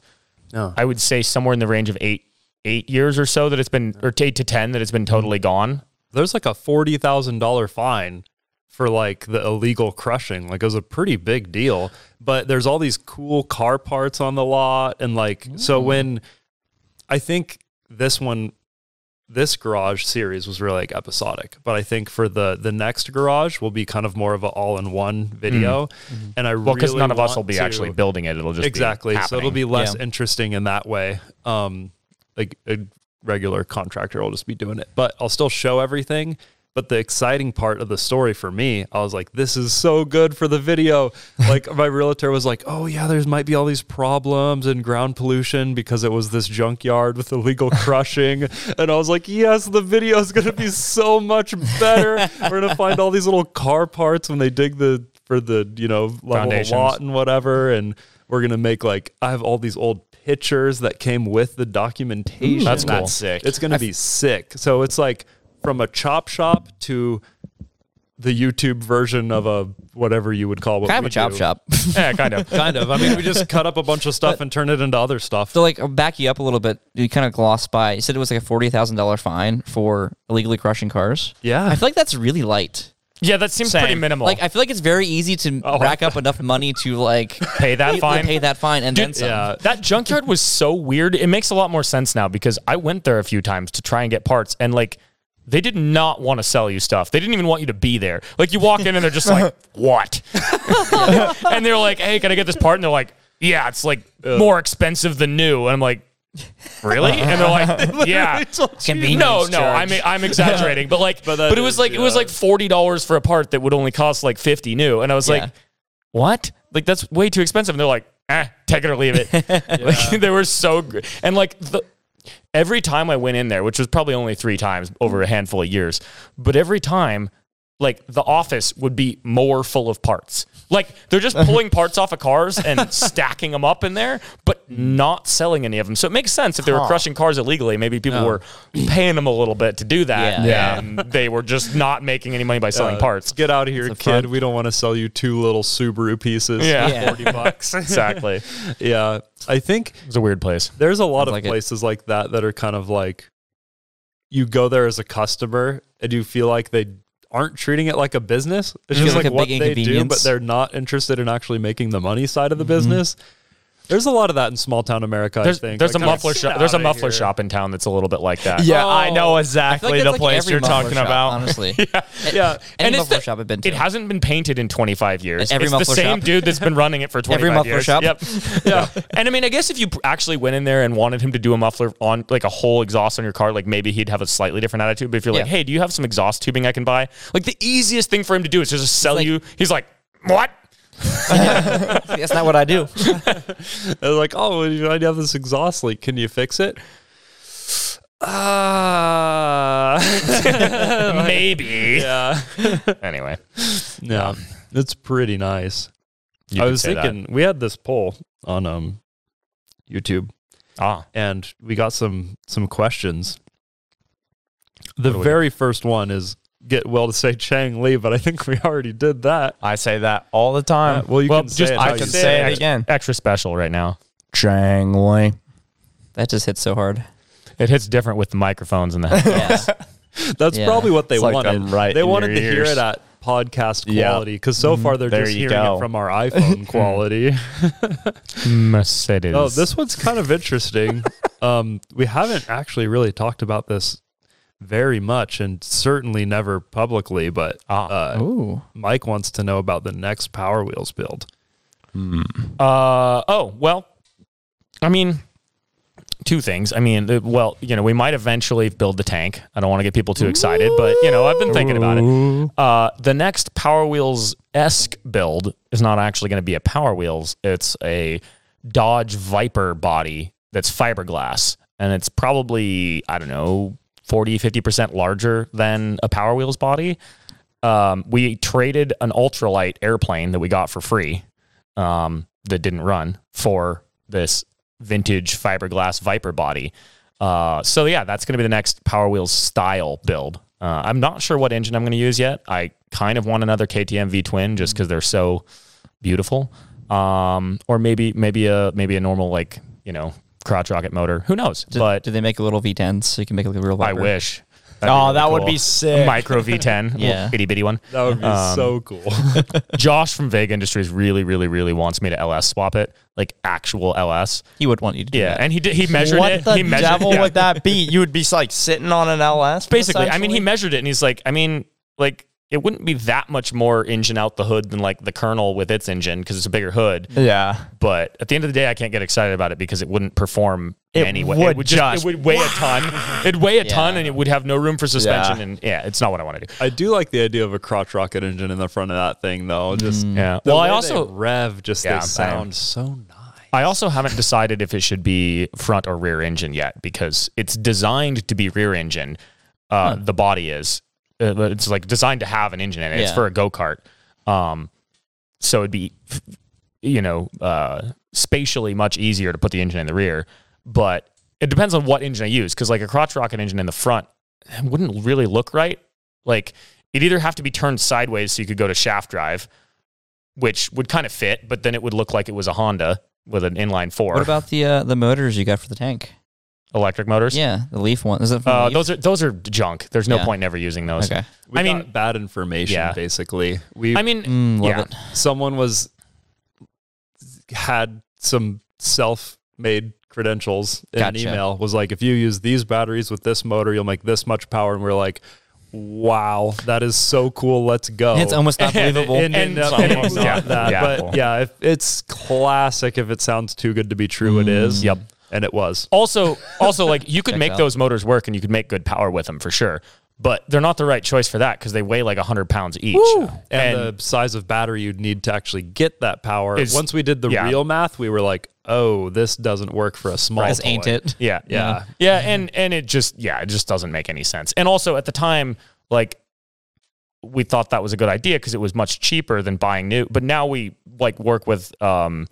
S5: No.
S1: I would say somewhere in the range of eight eight years or so that it's been or eight to ten that it's been totally gone.
S5: there's like a forty thousand dollar fine for like the illegal crushing. Like it was a pretty big deal. But there's all these cool car parts on the lot, and like so
S1: Mm.
S5: when I think this one, this garage series was really like episodic. But I think for the the next garage will be kind of more of an all in one video. And I
S1: Mm. Mm-hmm. Well, because
S5: really
S1: none of us
S5: want
S1: will be
S5: to-
S1: actually building it. It'll just be
S5: exactly. So it'll
S1: happening.
S5: be less
S2: Yeah.
S5: interesting in that way. Um, like a regular contractor will just be doing it, but I'll still show everything. But the exciting part of the story for me, I was like, this is so good for the video. Like my realtor was like, oh yeah, there's might be all these problems and ground pollution because it was this junkyard with illegal crushing. and I was like, yes, the video is gonna be so much better. We're gonna find all these little car parts when they dig the for the, you know, level of
S1: Foundations.
S5: lot and whatever. And we're gonna make like I have all these old pictures that came with the documentation.
S1: That's cool.
S4: That's sick.
S5: It's gonna be sick. So it's like from a chop shop to the YouTube version of a whatever you would call what
S2: Kind of
S5: we
S2: a chop
S5: do.
S2: shop.
S1: yeah, kind of.
S5: Kind of. I mean, we just cut up a bunch of stuff and turn it into other stuff.
S2: So, like, I'll back you up a little bit. You kind of glossed by. You said it was like a forty thousand dollar fine for illegally crushing cars.
S5: Yeah.
S2: I feel like that's really light.
S1: Yeah, that seems pretty
S4: Same.
S1: minimal.
S2: Like, I feel like it's very easy to rack up enough money to like
S1: pay Oh. that
S2: pay-
S1: fine.
S2: pay that fine, and then
S1: Dude,
S2: some.
S1: yeah. that junkyard was so weird. It makes a lot more sense now because I went there a few times to try and get parts and like they did not want to sell you stuff. They didn't even want you to be there. Like you walk in and they're just like, "What?" and they're like, "Hey, can I get this part?" And they're like, "Yeah, it's like more expensive than new." And I'm like, "Really?" And they're like, "Yeah."
S2: Convenience
S1: No, no,
S2: charge.
S1: I'm I'm exaggerating, but like, but,
S5: that
S1: it was
S5: is,
S1: like it was
S5: yeah.
S1: like forty dollars for a part that would only cost like fifty new, and I was
S2: Yeah.
S1: like, what? Like that's way too expensive. And they're like, eh, take it or leave it. Like they were so gr- and like the every time I went in there, which was probably only three times over a handful of years, but every time, like the office would be more full of parts. Like they're just pulling parts off of cars and stacking them up in there, but not selling any of them. So it makes sense if they were crushing cars illegally. Maybe people were paying them a little bit to do that,
S2: Yeah.
S1: and they were just not making any money by selling parts.
S5: Uh, Get out of here,
S2: a
S5: kid.
S2: fun-
S5: We don't want to sell you two little Subaru pieces.
S1: Yeah.
S2: Yeah.
S5: 40 bucks.
S1: Exactly, it
S5: yeah. I think
S1: was a weird place.
S5: there's a lot of
S2: like it.
S5: places like that that are kind of like you go there as a customer and you feel like they aren't treating it like a business. It's
S2: Yeah,
S5: just
S2: like
S5: like,
S2: a
S5: what
S2: big
S5: they do, but
S2: inconvenience.
S5: they're not interested in actually making the money side of the business. There's a lot of that in small town America.
S1: Mm-hmm. There's,
S5: I think
S1: there's a
S5: Like, kinda
S1: muffler
S5: get
S1: shop. There's a
S5: outta
S1: muffler
S5: here.
S1: shop in town that's a little bit like that.
S4: Yeah, I
S2: Oh.
S4: know
S2: I feel
S4: exactly
S2: like
S4: the
S2: that's, like,
S4: place
S2: every
S4: you're
S2: muffler
S4: talking
S2: shop,
S4: about.
S2: Honestly,
S5: Yeah.
S2: any
S1: And it's
S2: muffler
S1: the-
S2: shop I've been to.
S1: It hasn't been painted in 25 years.
S2: Every
S1: it's the
S2: muffler
S1: same
S2: shop.
S1: dude that's been running it for 25
S2: Every muffler
S1: years.
S2: shop.
S1: Yep. Yeah. and I mean, I guess if you p- actually went in there and wanted him to do a muffler on like a whole exhaust on your car, like maybe he'd have a slightly different attitude. But if you're like,
S2: Yeah.
S1: hey, do you have some exhaust tubing I can buy? Like the easiest thing for him to do is just sell
S2: like-
S1: you. He's like, what?
S2: that's not what I do.
S5: They're like, oh, I have this exhaust leak. Can you fix it?
S1: Uh,
S5: Ah,
S1: maybe.
S5: yeah.
S1: Anyway,
S5: No, it's pretty nice.
S1: you
S5: I
S1: could
S5: was
S1: say that.
S5: thinking we had this poll on um YouTube
S1: ah,
S5: and we got some some questions. The
S1: do we
S5: very first one is get well to say Chang Lee, but I think we already did that.
S4: I say that all the time.
S5: Well, you
S1: Well,
S5: can
S1: just-
S5: say it
S1: I
S5: how
S4: I
S5: you
S4: can
S5: say
S4: say
S5: it.
S4: it again.
S1: extra special right now.
S4: Chang Lee.
S2: That just hits so hard.
S1: It hits different with the microphones and the.
S2: Yeah.
S5: That's
S2: Yeah.
S5: probably what they
S4: It's like
S5: wanted.
S4: I'm right
S5: they
S4: in
S5: wanted
S4: your
S5: to hear
S4: ears.
S5: it at podcast
S4: Yeah.
S5: quality because so far they're
S4: There
S5: just
S4: you
S5: hearing
S4: go.
S5: it from our iPhone quality.
S1: Mercedes.
S5: Oh, this one's kind of interesting. um, we haven't actually really talked about this very much, and certainly never publicly. But
S1: Ah.
S5: uh,
S2: Ooh.
S5: Mike wants to know about the next Power Wheels build.
S4: Hmm.
S1: Uh oh, well, I mean, two things. I mean, uh, well, you know, we might eventually build the tank. I don't want to get people too excited, but you know, I've been thinking about it. Uh, the next Power Wheels esque build is not actually going to be a Power Wheels. It's a Dodge Viper body that's fiberglass, and it's probably I don't know 40, 50 percent larger than a Power Wheels body. Um, we traded an ultralight airplane that we got for free um, that didn't run for this vintage fiberglass Viper body. Uh, so yeah, that's going to be the next Power Wheels style build. Uh, I'm not sure what engine I'm going to use yet. I kind of want another KTM V twin just because they're so beautiful. Um, or maybe maybe a maybe a normal like you know crotch rocket motor. Who knows?
S2: Do,
S1: but
S2: do they make a little V10 so you can make like a real
S1: I
S2: Viper?
S1: wish.
S4: Oh,
S1: really
S4: that would be sick.
S1: Micro V10,
S2: Yeah.
S1: yeah, itty bitty one.
S5: That would be
S1: Um,
S5: so cool.
S1: Josh from Vague Industries really, really, really wants me to LS swap it, like actual LS.
S2: He would want you to do
S1: Yeah,
S2: that.
S1: and he did. He measured
S4: what
S1: it.
S4: the
S1: he measured,
S4: devil
S1: yeah.
S4: would that be? You would be like sitting on an LS.
S1: Basically, I mean, he
S4: essentially?
S1: measured it, and he's like, I mean, like it wouldn't be that much more engine out the hood than like the Colonel with its engine because it's a bigger hood.
S4: Yeah.
S1: But at the end of the day, I can't get excited about it because it wouldn't perform
S4: It
S1: in any way.
S4: would
S1: it
S4: just-
S1: would weigh a ton. It'd weigh a ton,
S2: Yeah.
S1: and it would have no room for suspension.
S4: Yeah.
S1: And yeah, it's not what I want to do.
S5: I do like the idea of a crotch rocket engine in the front of that thing, though. Just
S1: Yeah.
S5: the
S1: Well,
S5: way
S1: I
S5: they
S1: Mm. also
S5: rev just
S1: Yeah,
S5: they
S1: I-
S5: sound so nice.
S1: I also haven't decided if it should be front or rear engine yet because it's designed to be rear engine. Uh, The body is. Uh, but it's like designed to have an engine in it. It's
S2: Yeah.
S1: for a go kart. Um, so it'd be, you know, uh, spatially much easier to put the engine in the rear. But it depends on what engine I use because, like, a crotch rocket engine in the front wouldn't really look right. Like, it'd either have to be turned sideways so you could go to shaft drive, which would kind of fit, but then it would look like it was a Honda with an inline four
S2: What about the uh, the motors you got for the tank?
S1: electric motors.
S2: Yeah, the Leaf one. Is it from
S1: Uh,
S2: Leaf?
S1: those are those are junk. There's no
S2: Yeah.
S1: point in ever using those.
S2: Okay.
S5: We
S1: I
S5: got
S1: mean-
S5: bad information
S1: Yeah.
S5: basically. We
S1: I mean,
S2: Mm, love
S1: Yeah.
S2: it.
S5: someone was had some self-made credentials in
S2: Gotcha.
S5: an email was like if you use these batteries with this motor you'll make this much power and we're like wow that is so cool let's go
S2: It's almost not believable.
S5: and,
S1: And
S5: and, up
S1: some
S5: being
S1: was
S5: not
S1: not.
S5: that.
S1: Yeah.
S5: but yeah if, it's classic if it sounds too good to be true it is
S1: Mm. Yep.
S5: and it was
S1: also also like you could
S2: Check
S1: make
S2: out.
S1: those motors work and you could make good power with them for sure. But they're not the right choice for that because they weigh like hundred pounds each.
S5: and,
S1: And,
S5: the size of battery you'd need to actually get that power
S1: Is-
S5: once we did the
S1: yeah.
S5: real math we were like oh this doesn't work for a small
S2: This ain't
S5: toy. Uh,
S2: it.
S1: yeah,
S5: yeah.
S1: yeah, and and it just yeah, it just doesn't make any sense. And also at the time, like we thought that was a good idea because it was much cheaper than buying new. But now we like work with um,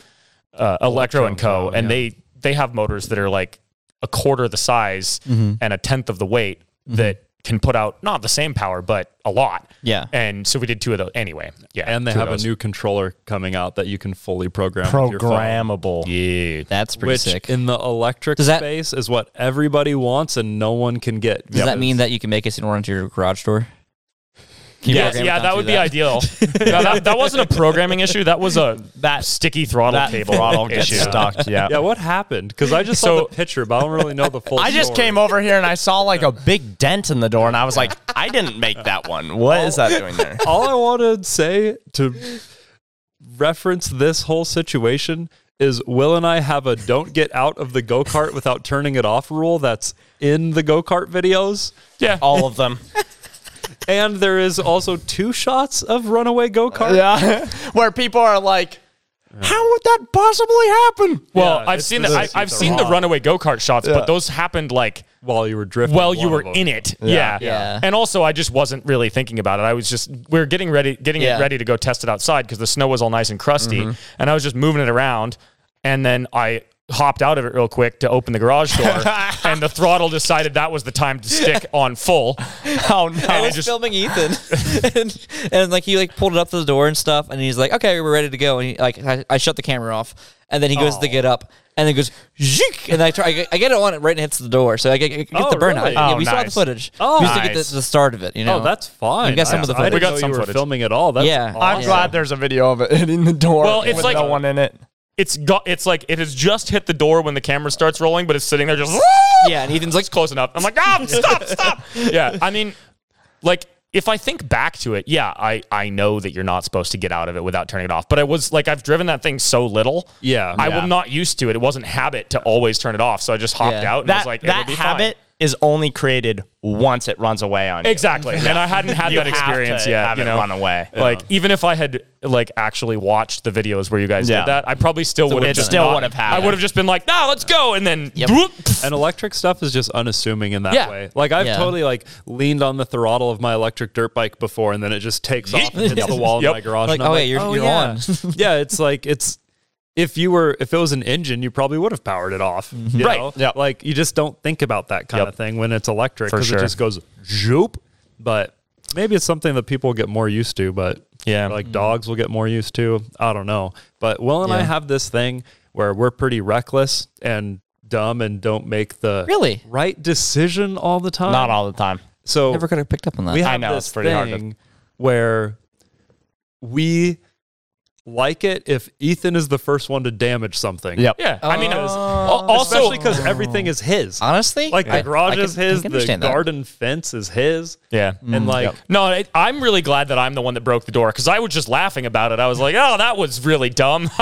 S1: uh, Electro and Co. and they they have motors that are like a quarter the size and a tenth of the weight that can put out not the same power but a lot.
S2: Yeah.
S1: And so we did two of those anyway. Yeah.
S5: and they
S1: two of
S5: have a
S1: those.
S5: new controller coming out that you can fully program with your phone,
S4: Programmable.
S1: yeah.
S2: That's pretty
S5: which
S2: sick.
S5: in the electric
S2: Does that-
S5: space is what everybody wants and no one can get.
S2: Does that mean that you can make it in order to your garage door? Can you
S1: Yes,
S2: program it
S1: yeah,
S2: down
S1: that
S2: to
S1: would be ideal. No, that, that wasn't a programming issue. That was a that sticky throttle
S4: That
S1: cable
S4: throttle gets
S1: issue.
S4: stuck. Yeah.
S5: Yeah, what happened? Because I just saw
S1: So-
S5: the picture, but I don't really know the full.
S4: I just
S5: story.
S4: came over here and I saw like a big dent in the door, and I was like, I didn't make that one. What is that doing there?
S5: All I want to say to reference this whole situation is Will and I have a "don't get out of the go kart without turning it off" rule that's in the go kart videos.
S1: Yeah.
S4: All of them.
S5: And there is also two shots of runaway go
S1: Uh,
S5: kart.
S4: Yeah. Where people are like, how would that possibly happen?
S1: Well,
S5: Yeah,
S1: I've
S5: it's-
S1: seen
S5: this
S1: the, I,
S5: is-
S1: I've
S5: it's a
S1: seen the
S5: lot.
S1: runaway go kart shots, but those happened like
S5: While you were drifting.
S1: while you
S5: one
S1: were
S5: of them.
S1: in it. Yeah.
S2: Yeah.
S1: And also, I just wasn't really thinking about it. I was just we were getting ready, getting
S2: Yeah.
S1: it ready to go test it outside because the snow was all nice and crusty, and I was just moving it around, and then I hopped out of it real quick to open the garage door, and the throttle decided that was the time to stick on full.
S4: Oh, no.
S2: I was
S1: just-
S2: filming Ethan, and, and like he like pulled it up to the door and stuff, and he's like, "Okay, we're ready to go." And he, like I, I shut the camera off, and then he goes to get up, and then goes, Zhik! and I try, I get, I get it on it right and hits the door, so I get, I get
S5: Oh,
S2: the burnout.
S5: really?
S2: Yeah,
S1: Oh,
S2: we still have the
S1: nice.
S2: footage.
S5: Oh,
S2: we used to get
S1: nice.
S2: the, the start of it. You know,
S5: Oh, that's fine.
S2: We've got some of the
S5: I didn't
S1: footage. We got
S5: know
S1: some
S5: you were
S1: footage.
S5: filming at all. That's
S2: Yeah.
S5: awesome.
S4: I'm
S2: Yeah.
S4: glad there's a video of it hitting the door.
S1: Well, it's
S4: with
S1: like-
S4: no one in it.
S1: It's got it's like it has just hit the door when the camera starts rolling, but it's sitting there just
S2: yeah, and Ethan's like,
S1: it's close enough. I'm like, ah, stop, stop. Yeah, I mean, like if I think back to it, yeah, I I know that you're not supposed to get out of it without turning it off. But I was like, I've driven that thing so little,
S5: Yeah.
S1: I
S5: Yeah.
S1: was not used to it. It wasn't habit to always turn it off, so I just hopped
S2: Yeah.
S1: out and
S4: That,
S1: was like,
S4: that
S1: it'll be
S4: habit is only created once it runs away on you.
S1: fine. exactly. And I hadn't had
S4: You
S1: that
S4: have to
S1: experience yet.
S4: have
S1: you
S4: it
S1: know,
S4: run away.
S1: Like even if I had like actually watched the videos where you guys
S4: Yeah.
S1: did that, I probably still would have
S4: would've done it. Still would've
S1: I
S4: happened.
S1: would have just been like, nah, let's go, and then
S5: And electric stuff is just unassuming in that
S1: Yeah.
S5: way. Like I've
S2: Yeah.
S5: totally like leaned on the throttle of my electric dirt bike before, and then it just takes off and hits the wall in
S1: Yep.
S5: my garage.
S2: like,
S5: and I'm
S2: "Oh, wait, you're, you're
S5: yeah.
S2: on."
S5: yeah, it's like it's if you were if it was an engine, you probably would have powered it off. you
S1: Mm-hmm. Right.
S5: know?
S4: Yep.
S5: Like you just don't think about that kind of
S1: Yep.
S5: thing when it's electric
S1: For
S5: because
S1: sure.
S5: it just goes zoop. But maybe it's something that people get more used to. But
S1: Yeah.
S5: like dogs will get more used to. I don't know. But Will and I
S2: Yeah.
S5: have this thing where we're pretty reckless and dumb and don't make the
S2: Really?
S5: right decision all the time.
S4: Not all the time.
S5: So
S2: Never could have picked up on that.
S5: we have
S4: I know,
S5: this
S4: it's pretty hard to-
S5: thing where we like it if Ethan is the first one to damage something.
S4: Yep.
S1: Yeah, I mean, it was-
S2: Oh.
S1: al- also
S5: Especially because everything is his.
S2: Honestly,
S5: Like the
S2: I- I
S5: garage
S2: can-
S5: is his,
S2: I can
S5: the
S2: understand that. Mm,
S5: garden fence is his.
S1: yeah.
S5: And like
S1: No, I- I'm really glad that I'm the one that broke the door because I was just laughing about it. I was like, "Oh, that was really dumb."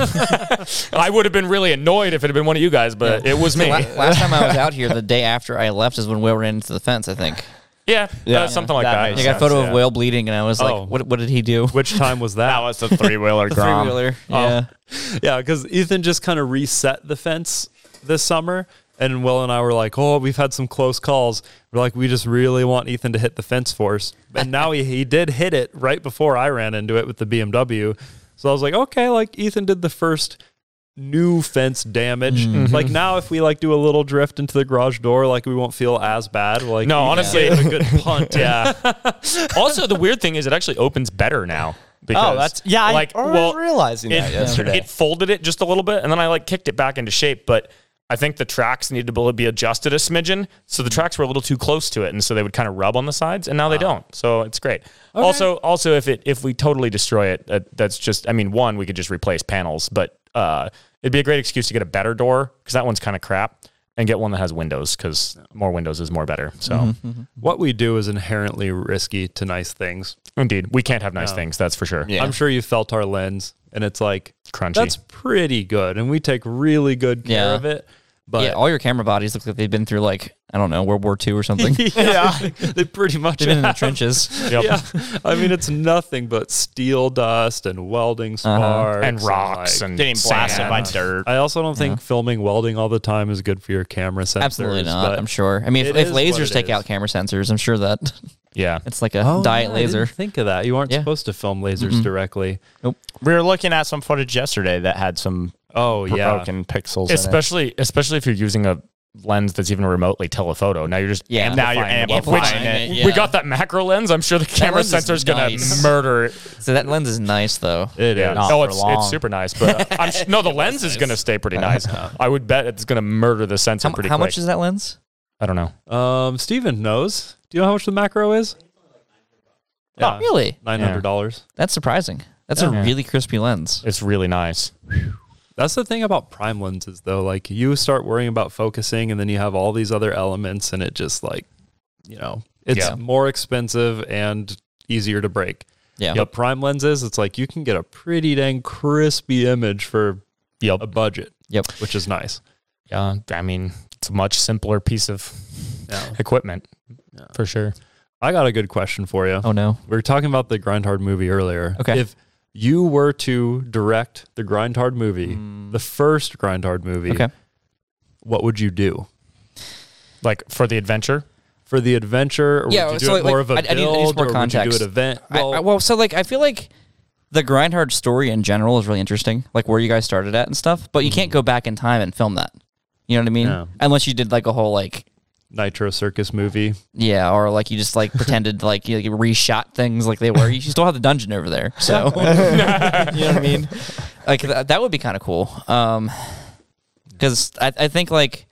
S1: I would have been really annoyed if it had been one of you guys, but it was me.
S2: La- Last time I was out here, the day after I left is when Will ran into the fence. I think
S1: yeah, uh, something like
S4: That
S1: that.
S4: makes
S2: I got a
S4: Sounds,
S2: photo of
S4: yeah.
S2: Will bleeding, and I was
S5: Oh.
S2: like, "What? What did he do?"
S5: which time was that?
S4: That was the three wheeler
S2: Three
S4: Grom.
S2: wheeler. Yeah.
S5: Oh, Yeah, because Ethan just kind of reset the fence this summer. And Will and I were like, oh, we've had some close calls. We're like, we just really want Ethan to hit the fence for us. And now he, he did hit it right before I ran into it with the BMW. So I was like, okay, like Ethan did the first new fence damage.
S1: Mm-hmm.
S5: Like now, if we like do a little drift into the garage door, like we won't feel as bad. Like
S1: No, honestly,
S5: a good punt. Yeah.
S1: yeah. also, the weird thing is it actually opens better now. Because,
S4: Oh, that's yeah. I,
S1: Like,
S4: I was
S1: well,
S4: realizing
S1: it,
S4: that yesterday.
S1: it folded it just a little bit, and then I like kicked it back into shape. But I think the tracks needed to be adjusted a smidgen, so the tracks were a little too close to it, and so they would kind of rub on the sides, and now they don't. So it's great. Also, also if it if we totally destroy it, uh, that's just I mean, one we could just replace panels, but uh, it'd be a great excuse to get a better door because that one's kind of crap. And get one that has windows because more windows is more better. So,
S4: Mm-hmm.
S5: What we do is inherently risky to nice things.
S1: indeed, we can't have nice things. That's for sure.
S4: Yeah.
S5: I'm sure you felt our lens, and it's like
S1: Crunchy.
S5: That's pretty good, and we take really good care
S2: Yeah.
S5: of it. But
S2: yeah. All your camera bodies look like they've been through like I don't know World War II or something. they've
S5: yeah, they pretty much.
S2: been in the
S5: have.
S2: trenches.
S1: Yep.
S5: Yeah, I mean it's nothing but steel dust and welding sparks
S1: and rocks
S5: like-
S1: and
S4: Getting blasted
S1: sand.
S4: by dirt.
S5: I also don't think filming welding all the time is good for your camera sensors.
S2: Absolutely not.
S5: but
S2: I'm sure. I mean, if,
S5: it
S2: if
S5: is what
S2: lasers
S5: it
S2: take
S5: is.
S2: out camera sensors, I'm sure that
S1: Yeah,
S2: it's like a
S4: Oh,
S2: diet
S5: Yeah, I didn't
S2: laser.
S5: think of that. You aren't
S2: Yeah.
S5: supposed to film lasers directly.
S4: we were looking at some footage yesterday that had some
S5: Oh yeah,
S4: broken pixels. in it.
S1: especially especially if you're using a lens that's even remotely telephoto. Now you're just
S2: Yeah.
S1: amplifying
S4: now you're
S1: it.
S4: amplifying
S2: Amplifying
S4: it.
S2: it,
S1: We
S2: yeah.
S1: got that macro lens. I'm sure the camera
S2: lens is
S1: sensor's gonna
S2: nice.
S1: murder it.
S2: So that lens is nice though.
S5: it is.
S4: Not
S1: oh,
S4: for
S1: it's
S4: long.
S1: it's super nice, but uh, I'm sh- no, the lens is gonna stay pretty nice. I would bet it's gonna murder the sensor
S2: How,
S1: pretty
S2: how
S1: quick.
S2: much is that lens?
S1: I don't know.
S5: Um, Steven knows. Do you know how much the macro is?
S2: Oh, really?
S5: Nine hundred dollars.
S2: That's surprising. That's a really crispy lens.
S1: It's really nice.
S5: That's the thing about prime lenses, though. Like you start worrying about focusing, and then you have all these other elements, and it just like, you know, it's
S1: Yeah.
S5: more expensive and easier to break.
S2: Yeah.
S5: But prime lenses, it's like you can get a pretty dang crispy image for
S1: Yep.
S5: a budget,
S2: Yep.
S5: which is nice.
S1: Yeah, I mean, it's a much simpler piece of equipment for sure.
S5: I got a good question for you.
S2: Oh no.
S5: We were talking about the Grindhard movie earlier.
S2: Okay.
S5: If you were to direct the Grindhard movie, the first Grindhard movie,
S2: Mm. Okay.
S5: what would you do?
S1: Like for the adventure.
S5: for the adventure, or
S2: Yeah,
S5: would you do
S2: so,
S5: it more
S2: like,
S5: of a
S2: I- I need- I need some
S5: build,
S2: more
S5: or would you do
S2: context.
S5: an event?
S2: I-
S5: Well,
S2: I, well, so like I feel like the Grindhard story in general is really interesting, like where you guys started at and stuff. But you can't go back in time and film that. You know what I mean?
S5: Mm-hmm. No.
S2: Unless you did like a whole like
S5: Nitro Circus movie.
S2: yeah, or like you just like pretended like you, like, you reshot things like they were. You still have the dungeon over there, so you know what I mean. Like th- that would be kind of cool. Um, because I I think like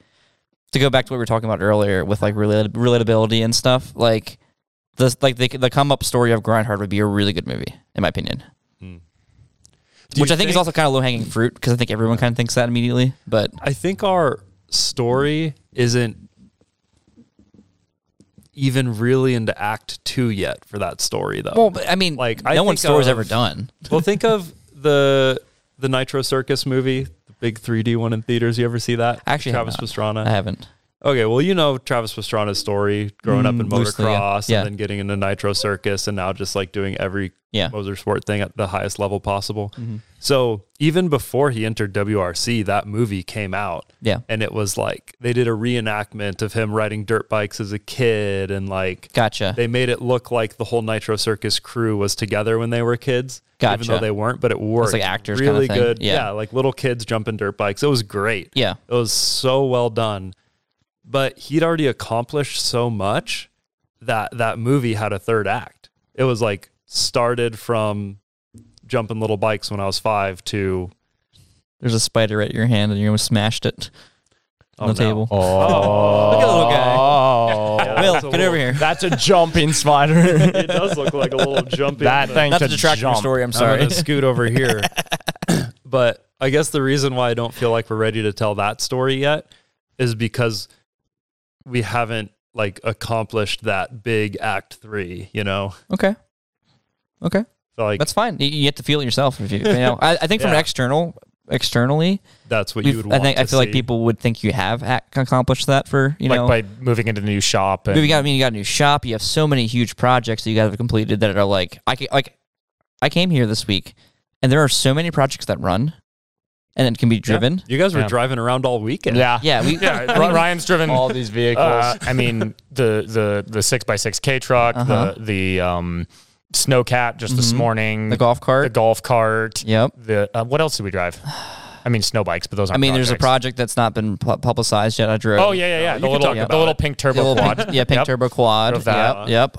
S2: to go back to what we were talking about earlier with like relat- relatability and stuff like. This, like the the come up story of Grindhard would be a really good movie, in my opinion.
S5: Do
S2: which
S5: you
S2: I Hmm. think, is also kind of low hanging fruit because I think everyone kind of thinks that immediately. But
S5: I think our story isn't even really into Act Two yet for that story, though.
S2: well, but, I uh, mean,
S5: Like,
S2: like
S5: I
S2: no one's
S5: think
S2: story's
S5: of-
S2: ever done.
S5: well, think of the the Nitro Circus movie, the big 3D one in theaters. You ever see that?
S2: Actually, I have
S5: Travis
S2: not.
S5: Pastrana.
S2: I haven't.
S5: Okay, well, you know Travis Pastrana's story growing up in
S2: Mm, loosely, yeah.
S5: motocross
S2: Yeah.
S5: and then getting into Nitro Circus and now just like doing every
S2: Yeah.
S5: motorsport thing at the highest level possible.
S2: Mm-hmm.
S5: So even before he entered WRC, that movie came out.
S2: Yeah.
S5: And it was like they did a reenactment of him riding dirt bikes as a kid and like
S2: Gotcha.
S5: they made it look like the whole Nitro Circus crew was together when they were kids. Even
S2: Gotcha.
S5: though they weren't, but it worked.
S2: like actors kinda
S5: really
S2: thing.
S5: good.
S2: Yeah.
S5: like little kids jumping dirt bikes. It was great.
S2: Yeah.
S5: It was so well done. But he'd already accomplished so much that that movie had a third act. It was like started from jumping little bikes when I was five to
S2: There's a spider at your hand and you almost smashed it. on the table.
S4: Oh,
S2: Look at the little
S4: guy.
S2: Will, get over here.
S4: That's a jumping spider.
S5: It does look like a little jumpy.
S4: that thing
S2: Not to
S4: could
S2: detract from
S4: jump.
S2: the story. I'm
S5: I'm
S2: sorry.
S5: gonna scoot over here. but I guess the reason why I don't feel like we're ready to tell that story yet is because we haven't like accomplished that big act three. You know,
S2: okay. Okay.
S5: so like
S2: That's fine. You, you have to feel it yourself. If you, you know, I, I think from
S5: Yeah.
S2: an external, externally,
S5: that's what
S2: we've-
S5: you would.
S2: I
S5: Want
S2: think I
S5: to
S2: feel like
S5: see.
S2: people would think you have ac accomplished that for you
S1: like
S2: know.
S1: by moving into the new shop and
S2: Maybe you got. I mean, you got a new shop. You have so many huge projects that you guys have completed that are like I ca- like I came here this week, and there are so many projects that run, and it can be driven.
S5: You guys were
S1: Yeah.
S5: driving around all weekend.
S1: yeah
S2: Yeah, we.
S1: yeah Ry- Ryan's driven
S4: All these vehicles.
S1: Uh, I mean the the the six by six K truck,
S2: Uh-huh. Mm-hmm.
S1: the the um, snowcat just this morning,
S2: The golf cart.
S1: the golf cart.
S2: Yep.
S1: The uh, what else did we drive? I mean snow bikes, but those
S2: I
S1: aren't.
S2: mean, there's a
S1: projects.
S2: project that's not been pu- publicized yet. I drove.
S1: Oh yeah, yeah, yeah.
S5: you
S1: the
S5: can
S1: little
S5: talk
S1: the
S5: about
S1: little
S5: it.
S1: pink turbo
S2: The little
S1: quad.
S2: pink, yeah, pink
S1: Yep.
S2: turbo quad.
S1: Drove that.
S2: Yep, yep.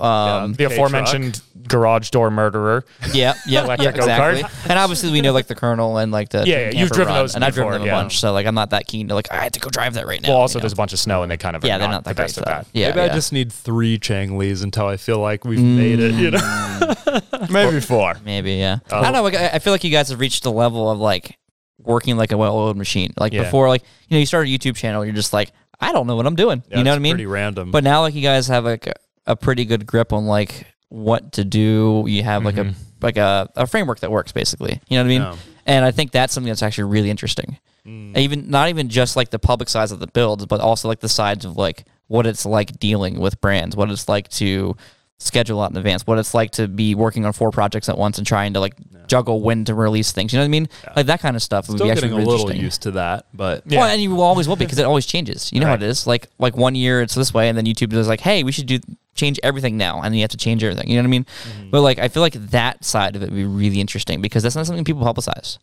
S2: Um,
S1: The aforementioned garage door murderer.
S2: Yeah, yeah, yeah,
S1: Electric go-kart.
S2: exactly. And obviously, we know like the Colonel and like the
S1: Yeah, yeah,
S2: Camper
S1: you've driven
S2: Run,
S1: those
S2: and I've driven
S1: before,
S2: them a
S1: yeah.
S2: bunch. So like, I'm not that keen to like I have to go drive that right now.
S1: Well, also
S2: you know?
S1: there's a bunch of snow, and they kind of
S2: yeah,
S1: are
S2: they're
S1: not,
S2: not
S1: the
S2: that
S1: best
S2: great.
S1: at
S2: so-
S1: that.
S2: Yeah,
S5: Maybe
S2: yeah.
S5: I just need three Changleys until I feel like we've made it. You know.
S2: Mm,
S4: Maybe four.
S2: Maybe, yeah.
S5: Oh.
S2: I don't know. Like, I I feel like you guys have reached the level of like working like a well-oiled machine. Like
S1: Yeah.
S2: before, like you know, you start a YouTube channel, you're just like, I don't know what I'm doing. you know
S5: It's
S2: what I mean?
S5: Pretty random.
S2: But now, like you guys have like a, a pretty good grip on like what to do. You have like a like a, a framework that works basically. You know what I mean?
S5: Mm-hmm. Yeah.
S2: And I think that's something that's actually really interesting. Even not even just like the public sides of the builds, but also like the sides of like what it's like dealing with brands, what it's like to schedule out in advance, what it's like to be working on four projects at once and trying to like juggle when to release things. You know what I mean? Like that kind of stuff would
S5: still
S2: be actually
S5: getting a
S2: really
S5: little
S2: interesting.
S5: used to that. But
S2: Well, and you always will because it always changes. You know how it is. Like like one year it's this way, and then YouTube is like, hey, we should do change everything now, and then you have to change everything. You know what I mean?
S5: Mm-hmm.
S2: But like, I feel like that side of it would be really interesting because that's not something people publicize.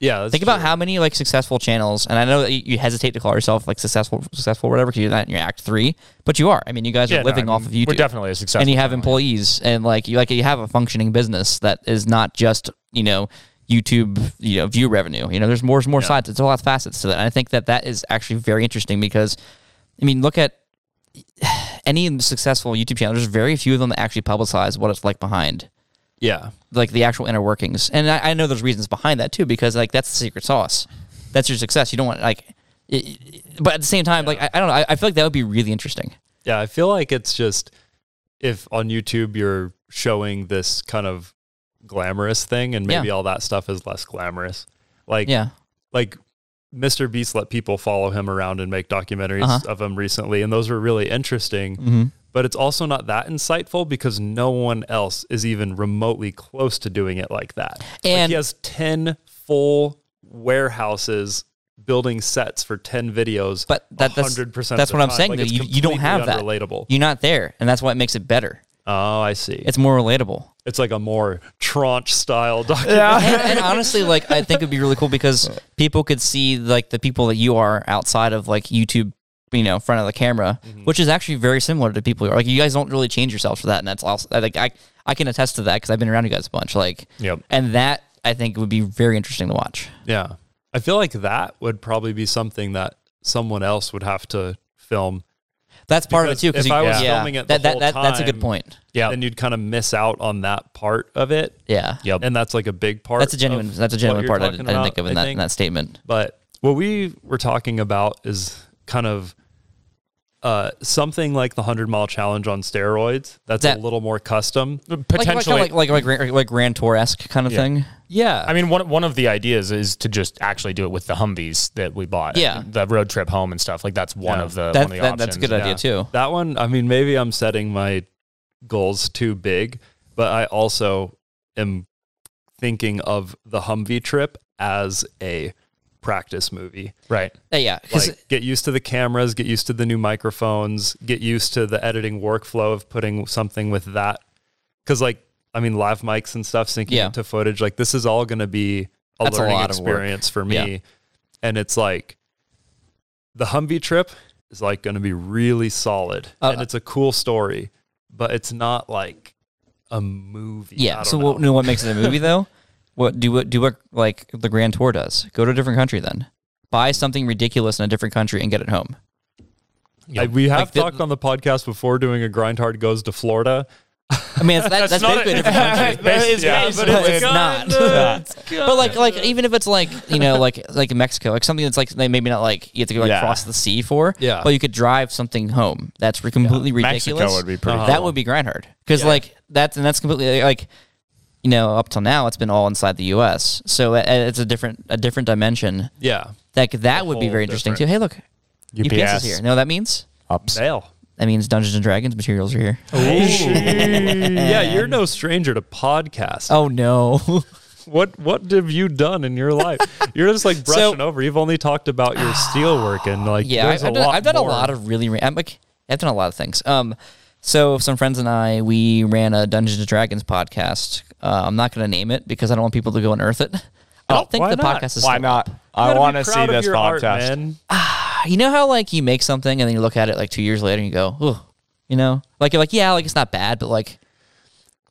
S5: yeah, that's
S2: Think about
S5: true.
S2: how many like successful channels, and I know that you you hesitate to call yourself like successful, successful, whatever, because you're not in your act three, but you are. I mean, you guys
S1: Yeah,
S2: are
S1: no, I
S2: living
S1: mean,
S2: off of YouTube
S1: We're definitely a success.
S2: and you have employees and like you like you have a functioning business that is not just you know YouTube you know view revenue you know there's more there's more sides it's a lot of facets to that and I think that that is actually very interesting because I mean look at any successful YouTube channel there's very few of them that actually publicize what it's like behind
S5: yeah,
S2: like the actual inner workings. And I, I know there's reasons behind that too, because like that's the secret sauce. That's your success. You don't want like, it, it- but at the same time, like I, I don't know. I, I feel like that would be really interesting.
S5: Yeah, I feel like it's just if on YouTube you're showing this kind of glamorous thing and maybe all that stuff is less glamorous. Like
S2: Yeah,
S5: like Mr. Beast let people follow him around and make documentaries
S2: Uh-huh.
S5: of him recently and those were really interesting.
S2: Mhm.
S5: But it's also not that insightful because no one else is even remotely close to doing it like that. Like,
S2: And-
S5: he has 10 full warehouses building sets for 10 videos.
S2: But that- that's-
S5: 100% of
S2: that's
S5: the
S2: what I'm
S5: time.
S2: saying,
S5: Like,
S2: though.
S5: it's
S2: You- you don't
S5: completely
S2: have that.
S5: unrelatable.
S2: you're not there, and that's why it makes it better.
S5: Oh, I see. It's,
S2: It's more relatable.
S5: like a more tranche style document.
S4: Yeah.
S2: and, and honestly, like I think it'd be really cool because people could see like the people that you are outside of like YouTube, you know, in front of the camera,
S5: Mm-hmm.
S2: which is actually very similar to people. who are Like you guys don't really change yourselves for that, and that's also I like I I can attest to that because I've been around you guys a bunch. Like,
S5: Yep.
S2: and that I think would be very interesting to watch.
S5: Yeah. I feel like that would probably be something that someone else would have to film.
S2: That's part of it
S5: Because
S2: too. Because
S5: if I was filming it the
S2: that, that,
S5: whole
S2: that- that's a good
S5: time-
S2: point.
S1: Yeah.
S5: And you'd kind of miss out on that part of it.
S2: Yeah,
S1: Yep.
S5: And that's like a big part.
S2: that's a genuine
S5: of
S2: that's a
S5: what
S2: genuine
S5: you're
S2: part I,
S5: talking
S2: didn't- I didn't
S5: about,
S2: think of
S5: I
S2: in that in
S5: think.
S2: that statement.
S5: But what we were talking about is kind of uh, something like the 100 mile challenge on steroids that's
S2: That-
S5: a little more custom.
S2: Like, like,
S1: potentially.
S2: like like like like, like Grand Tour esque kind of thing.
S5: Yeah.
S1: I mean, one one of the ideas is to just actually do it with the Humvees that we bought.
S2: Yeah.
S1: the road trip home and stuff. Like that's one
S5: Yeah.
S1: of the
S2: That,
S1: one of the
S2: that
S1: options.
S2: that's a good idea too.
S5: That one, I mean, maybe I'm setting my goals too big, but I also am thinking of the Humvee trip as a practice movie.
S1: Right.
S2: Uh, yeah, 'cause-
S5: Like, get used to the cameras, get used to the new microphones, get used to the editing workflow of putting something with that. Cause, like, I mean, live mics and stuff syncing
S2: Yeah.
S5: into footage, like, this is all going to be a
S2: That's a
S5: learning
S2: lot of work.
S5: experience for me.
S2: Yeah.
S5: And it's like, the Humvee trip is like going to be really solid,
S2: Uh,
S5: and it's a cool story, but it's not like a movie. I
S2: Yeah.
S5: don't
S2: So
S5: know.
S2: what, no, what makes it a movie though? What do what do what like the Grand Tour does? Go to a different country then. buy something ridiculous in a different country and get it home.
S5: I- we have
S2: Like the-
S5: talked on the podcast before doing a grind hard goes to Florida.
S2: I mean, it's, that, that's,
S1: not a-
S2: basically a different country.
S1: yeah,
S2: but it's, not. But like, like even if it's like you know, like like Mexico, like something that's like they maybe not like you have to go like
S4: Yeah.
S2: cross the sea for.
S5: Yeah.
S2: But you could drive something home. That's re- completely ridiculous.
S4: Mexico would be pretty.
S2: That would be grind hard because like that's and that's completely like you know up till now it's been all inside the U.S. So it, it's a different a different dimension.
S5: Yeah.
S2: Like that would be very interesting too. Hey, look,
S4: cool.
S2: UPS, is here. You know what that means?
S4: Ups.
S5: Bail.
S2: That means Dungeons and Dragons materials are here.
S5: yeah, you're no stranger to podcasts.
S2: Oh no.
S5: What what have you done in your life? You're just like brushing over. You've only talked about your steel work and like
S2: Yeah, I,
S5: there's
S2: have
S5: a
S2: done,
S5: lot
S2: I've done a
S5: more.
S2: lot of really. ra- I'm like, I've done a lot of things. Um, so some friends and I, we ran a Dungeons and Dragons podcast. Uh, I'm not going to name it because I don't want people to go and earth it. I don't think
S5: Oh, why
S2: the
S5: not?
S2: podcast is.
S4: Why
S2: still-
S4: not?
S5: You
S4: I
S5: gotta be
S4: want to see
S5: proud of
S4: this
S5: your art,
S4: podcast.
S5: man.
S2: You know how like you make something and then you look at it like two years later and you go, oh, you know, like you're like yeah, like it's not bad, but like,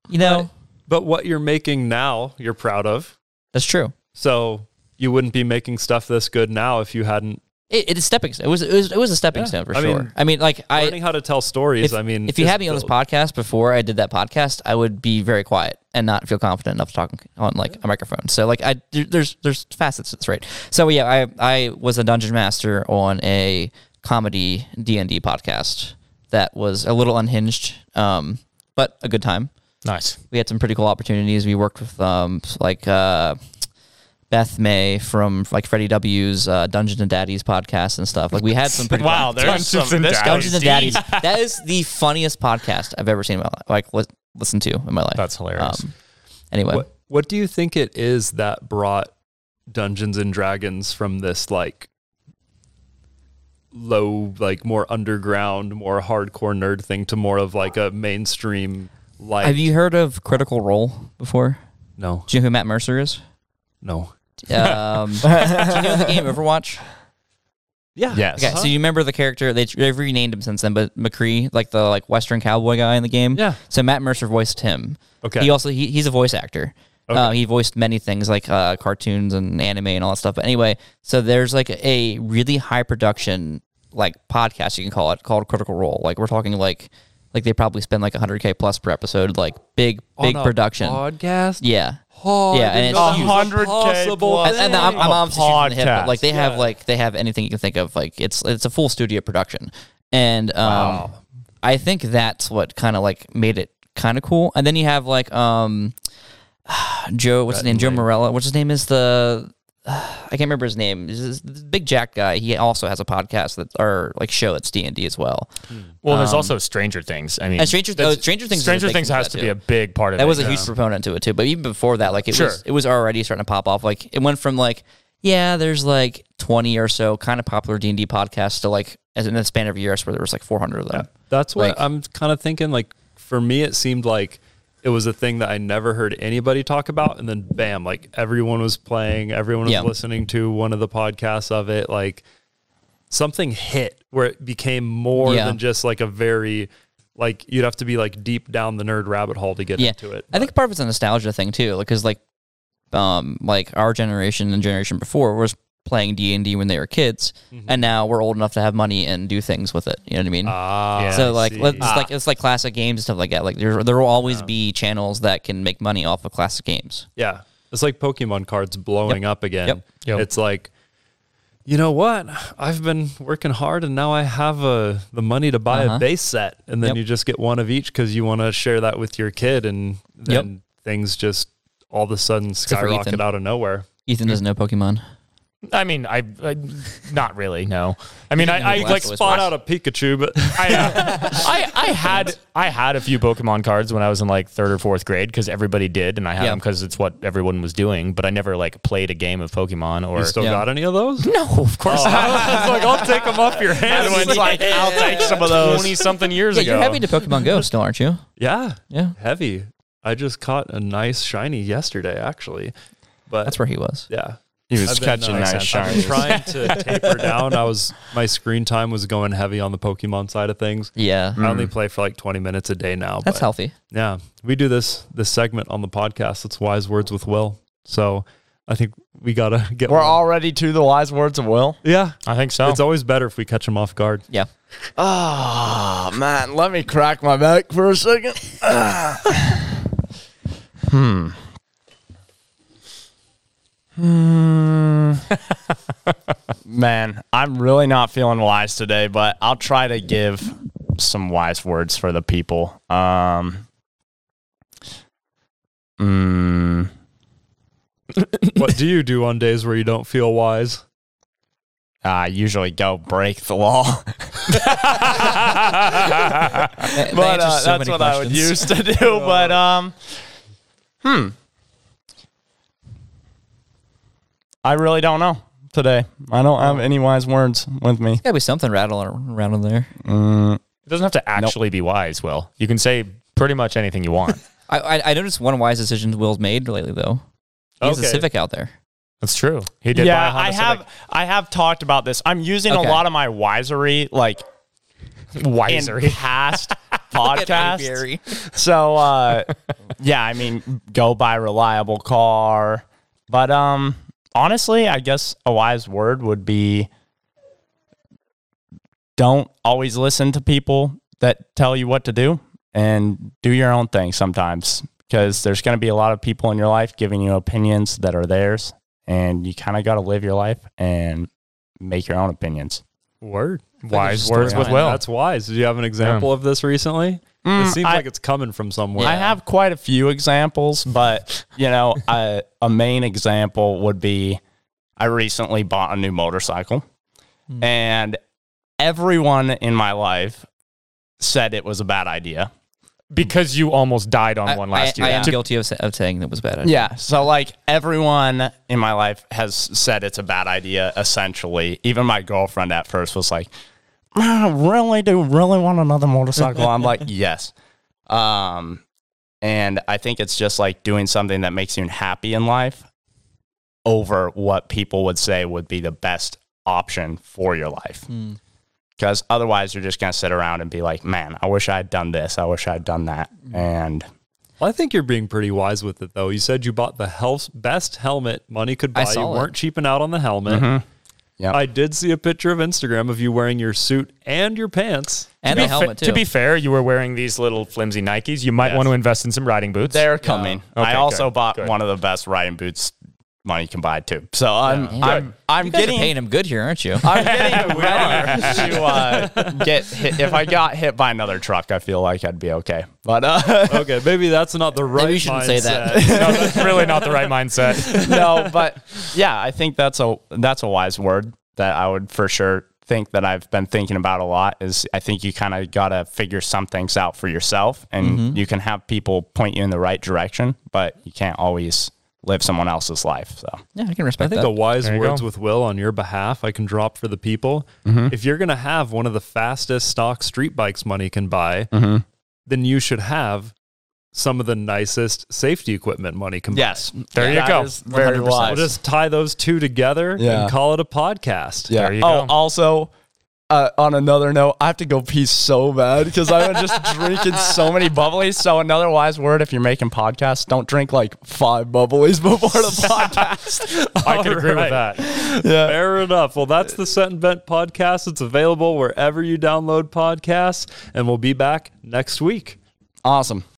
S2: you know,
S5: But what you're making now, you're proud of.
S2: that's true.
S5: So you wouldn't be making stuff this good now if you hadn't
S2: It, it is stepping. It was it was it was a stepping
S5: Yeah,
S2: stone for
S5: I
S2: sure.
S5: mean,
S2: I mean, like I
S5: learning how to tell stories.
S2: if,
S5: I mean,
S2: if you
S5: is
S2: had me on this
S5: the-
S2: podcast before I did that podcast, I would be very quiet and not feel confident enough talking on like a microphone. So like I there- there's there's facets to this, right? So yeah, I I was a dungeon master on a comedy D and D podcast that was a little unhinged, um, but a good time.
S1: Nice.
S2: We had some pretty cool opportunities. We worked with um like uh. Beth May from like Freddie W's uh, Dungeon and Daddies podcast and stuff. Like we had some pretty cool
S1: Wow, there's
S4: Dungeons
S1: some
S4: and
S1: this
S4: Daddies.
S2: Dungeons and Daddies. that is the funniest podcast I've ever seen in my life. Like li- listen to in my life. Um,
S1: That's hilarious.
S2: anyway,
S5: What What do you think it is that brought Dungeons and Dragons from this like low, like more underground, more hardcore nerd thing to more of like a mainstream like?
S2: have you heard of Critical Role before?
S5: no,
S2: Do you know who Matt Mercer is?
S5: no.
S2: Um, do you know the game Overwatch?
S5: Yeah.
S4: Yes.
S2: Okay, so you remember the character they, they've renamed him since then, but McCree, like the like Western cowboy guy in the game.
S5: Yeah.
S2: So Matt Mercer voiced him.
S5: Okay.
S2: He also he, he's a voice actor.
S5: Okay.
S2: Uh, he voiced many things like uh, cartoons and anime and all that stuff. But anyway, so there's like a really high production like podcast you can call it called Critical Role. Like we're talking like like they probably spend like 100k plus per episode. Like big big production.
S5: podcast.
S2: Yeah.
S5: Oh,
S2: Yeah, and it's huge.
S4: 100K
S5: possible.
S2: And, and I'm, I'm
S4: A
S2: obviously shooting from the hip, but
S4: podcast.
S2: like they have like they have anything you can think of. Like it's it's a full studio production, and um, I think that's what kind of like made it kind of cool. And then you have like um, Joe, what's his name? Joe Morella. What's his name is the. I can't remember his name. This is- this big Jack guy. He also has a podcast that or like show that's D and D as well.
S1: Well, there's also Stranger Things. I mean,
S2: And Um, Stranger-
S1: that's-
S2: oh, Stranger Things is a
S1: Stranger
S2: big
S1: Things
S2: thing
S1: has
S2: for
S1: to
S2: that,
S1: be
S2: too.
S1: a big part of it.
S2: That was a
S1: yeah.
S2: huge
S5: um,
S2: proponent to it too. But even before that, like it
S1: Sure.
S2: was it was already starting to pop off. Like it went from like yeah, there's like twenty or so kind of popular D and D podcasts to like as in the span of years where there was like four hundred of them.
S5: That's what
S2: Like-
S5: I'm kind of thinking. Like for me, it seemed like it was a thing that I never heard anybody talk about, and then bam, like everyone was playing, everyone was
S2: Yeah.
S5: listening to one of the podcasts of it. Like something hit where it became more
S2: Yeah.
S5: than just like a very like you'd have to be like deep down the nerd rabbit hole to get
S2: Yeah,
S5: into it.
S2: I think part of it's a nostalgia thing too, because like um like our generation and generation before was playing D and D when they were kids,
S5: Mm-hmm.
S2: and now we're old enough to have money and do things with it. You know what I mean?
S5: Ah,
S2: so like
S5: see. Ah.
S2: let's like it's like classic games and stuff like that. Like there there will always be channels that can make money off of classic games.
S5: Yeah. It's like Pokemon cards blowing up again.
S2: Yep.
S1: Yep.
S5: It's like, you know what? I've been working hard and now I have uh, the money to buy a base set. And
S2: Uh-huh.
S5: then
S2: Yep.
S5: you just get one of each because you want to share that with your kid. And then things just all of a sudden
S2: for Ethan.
S5: skyrocket out of nowhere.
S2: Ethan doesn't know Pokemon.
S1: I mean, I, I not really. No, I mean, I, I
S2: Last
S1: like
S2: voice
S1: spot out
S5: Not a Pikachu, but
S1: I, uh, I I had I had a few Pokemon cards when I was in like third or fourth grade because everybody did, and I had
S2: Yeah.
S1: them because it's what everyone was doing. But I never like played a game of Pokemon or
S5: you still
S2: Yeah.
S5: got any of those?
S1: no, of course not. I was like, I'll take them off your hand.
S4: Everyone's
S1: when-
S4: like, I'll take some of those.
S1: Twenty something years
S2: Yeah,
S1: ago.
S2: you're heavy to Pokemon Go still, aren't you?
S5: Yeah.
S2: Yeah,
S5: Heavy. I just caught a nice shiny yesterday, actually. But
S2: that's where he was.
S5: yeah.
S4: He was
S5: I've been,
S4: catching
S5: uh,
S4: nice
S5: I've been
S4: shines.
S5: trying to taper down. I was my screen time was going heavy on the Pokemon side of things.
S2: Yeah,
S5: I only play for like 20 minutes a day now.
S2: Mm. that's
S5: but
S2: healthy.
S5: yeah, we do this this segment on the podcast. It's Wise Words with Will. So I think we gotta get.
S4: We're
S5: one.
S4: already to the wise words of Will.
S5: yeah.
S1: I think so.
S5: It's always better if we catch them off guard.
S2: Yeah.
S4: Oh, man. Let me crack my back for a second. Ah. hmm. Hmm. man, I'm really not feeling wise today, but I'll try to give some wise words for the people. Um, mm,
S5: what do you do on days where you don't feel wise?
S4: I usually go break the law.
S2: That
S4: but uh,
S2: answers so
S4: that's
S2: many
S4: what I would
S2: questions. Oh.
S4: used to do. but um, hmm, I really don't know today. I don't have any wise words with me.
S2: Gotta be something rattling around in there.
S1: It doesn't have to actually be wise, Will. You can say pretty much anything you want.
S2: I, I I noticed one wise decision Will's made lately though. He's a
S5: Okay.
S2: Civic out there.
S1: That's true. He did.
S4: yeah,
S1: buy a
S4: I
S1: Honda
S4: have I have talked about this. I'm using
S2: Okay.
S4: a lot of my wisery like
S1: Civic.
S4: in
S1: wiser.
S4: past podcasts. So uh, yeah, I mean, go buy a reliable car. But um, honestly, I guess a wise word would be don't always listen to people that tell you what to do and do your own thing sometimes because there's going to be a lot of people in your life giving you opinions that are theirs and you kind of got to live your life and make your own opinions.
S5: Word.
S1: Wise
S2: just
S1: words
S2: story
S1: with
S2: behind
S1: Will.
S5: That's wise. Did you have an example of this recently? it seems
S4: I-
S5: like it's coming from somewhere.
S4: I have quite a few examples, but you know, a, a main example would be I recently bought a new motorcycle, and everyone in my life said it was a bad idea.
S1: because you almost died on
S2: I,
S1: one last
S2: I-
S1: year.
S2: I am guilty of, sa- of saying that was bad. idea.
S4: Yeah, so like everyone in my life has said it's a bad idea. Essentially, even my girlfriend at first was like, "Ah, "Really? Do you really want another motorcycle?" I'm like, "Yes." Um, and I think it's just like doing something that makes you happy in life over what people would say would be the best option for your life. Because otherwise, you're just gonna sit around and be like, "Man, I wish I had done this. I wish I had done that." And
S5: Well, I think you're being pretty wise with it, though. You said you bought the health, best helmet money could buy. You
S2: saw it. Mm-hmm.
S5: weren't cheaping out on the helmet.
S4: Yep.
S5: I did see a picture of Instagram of you wearing your suit and your pants.
S2: and
S1: to,
S2: the
S1: be fa-
S2: helmet too.
S1: to be fair, you were wearing these little flimsy Nikes. You might want to invest in some riding boots.
S4: They're coming.
S1: Okay,
S4: I also
S1: good,
S4: bought
S1: good.
S4: one of the best riding boots money can buy too. So I'm I'm I'm
S2: you guys are
S4: getting
S2: paying him good here, aren't you?
S4: I'm getting ready to uh, get hit. If I got hit by another truck, I feel like I'd be okay. But uh,
S5: Okay, maybe that's not the right.
S2: Maybe you shouldn't say that.
S5: mindset.
S1: no, that's really not the right mindset.
S4: no, but yeah, I think that's a that's a wise word that I would for sure think that I've been thinking about a lot is I think you kind of got to figure some things out for yourself and you can have people point you in the right direction, but you can't always live someone else's life. So
S2: yeah, I can
S5: I
S2: respect
S5: think
S2: that.
S5: the wise
S1: There you
S5: words
S1: go.
S5: with Will on your behalf I can drop for the people.
S2: Mm-hmm.
S5: If you're going to have one of the fastest stock street bikes money can buy,
S2: Mm-hmm.
S5: then you should have some of the nicest safety equipment money can buy.
S4: yes,
S1: There you
S4: that
S1: go.
S4: is Very
S1: 100%.
S4: wise.
S5: We'll just tie those two together
S4: Yeah.
S5: and call it a podcast.
S4: Yeah.
S1: There you
S4: oh,
S1: go.
S4: also, uh, on another note, I have to go pee so bad because I've been just drinking so many bubblies. So another wise word, if you're making podcasts, don't drink like five bubblies before the podcast.
S1: I could agree with
S5: Alright.
S1: that.
S4: yeah.
S5: Fair enough. Well, that's the Set and Bent podcast. It's available wherever you download podcasts, and we'll be back next week.
S4: Awesome.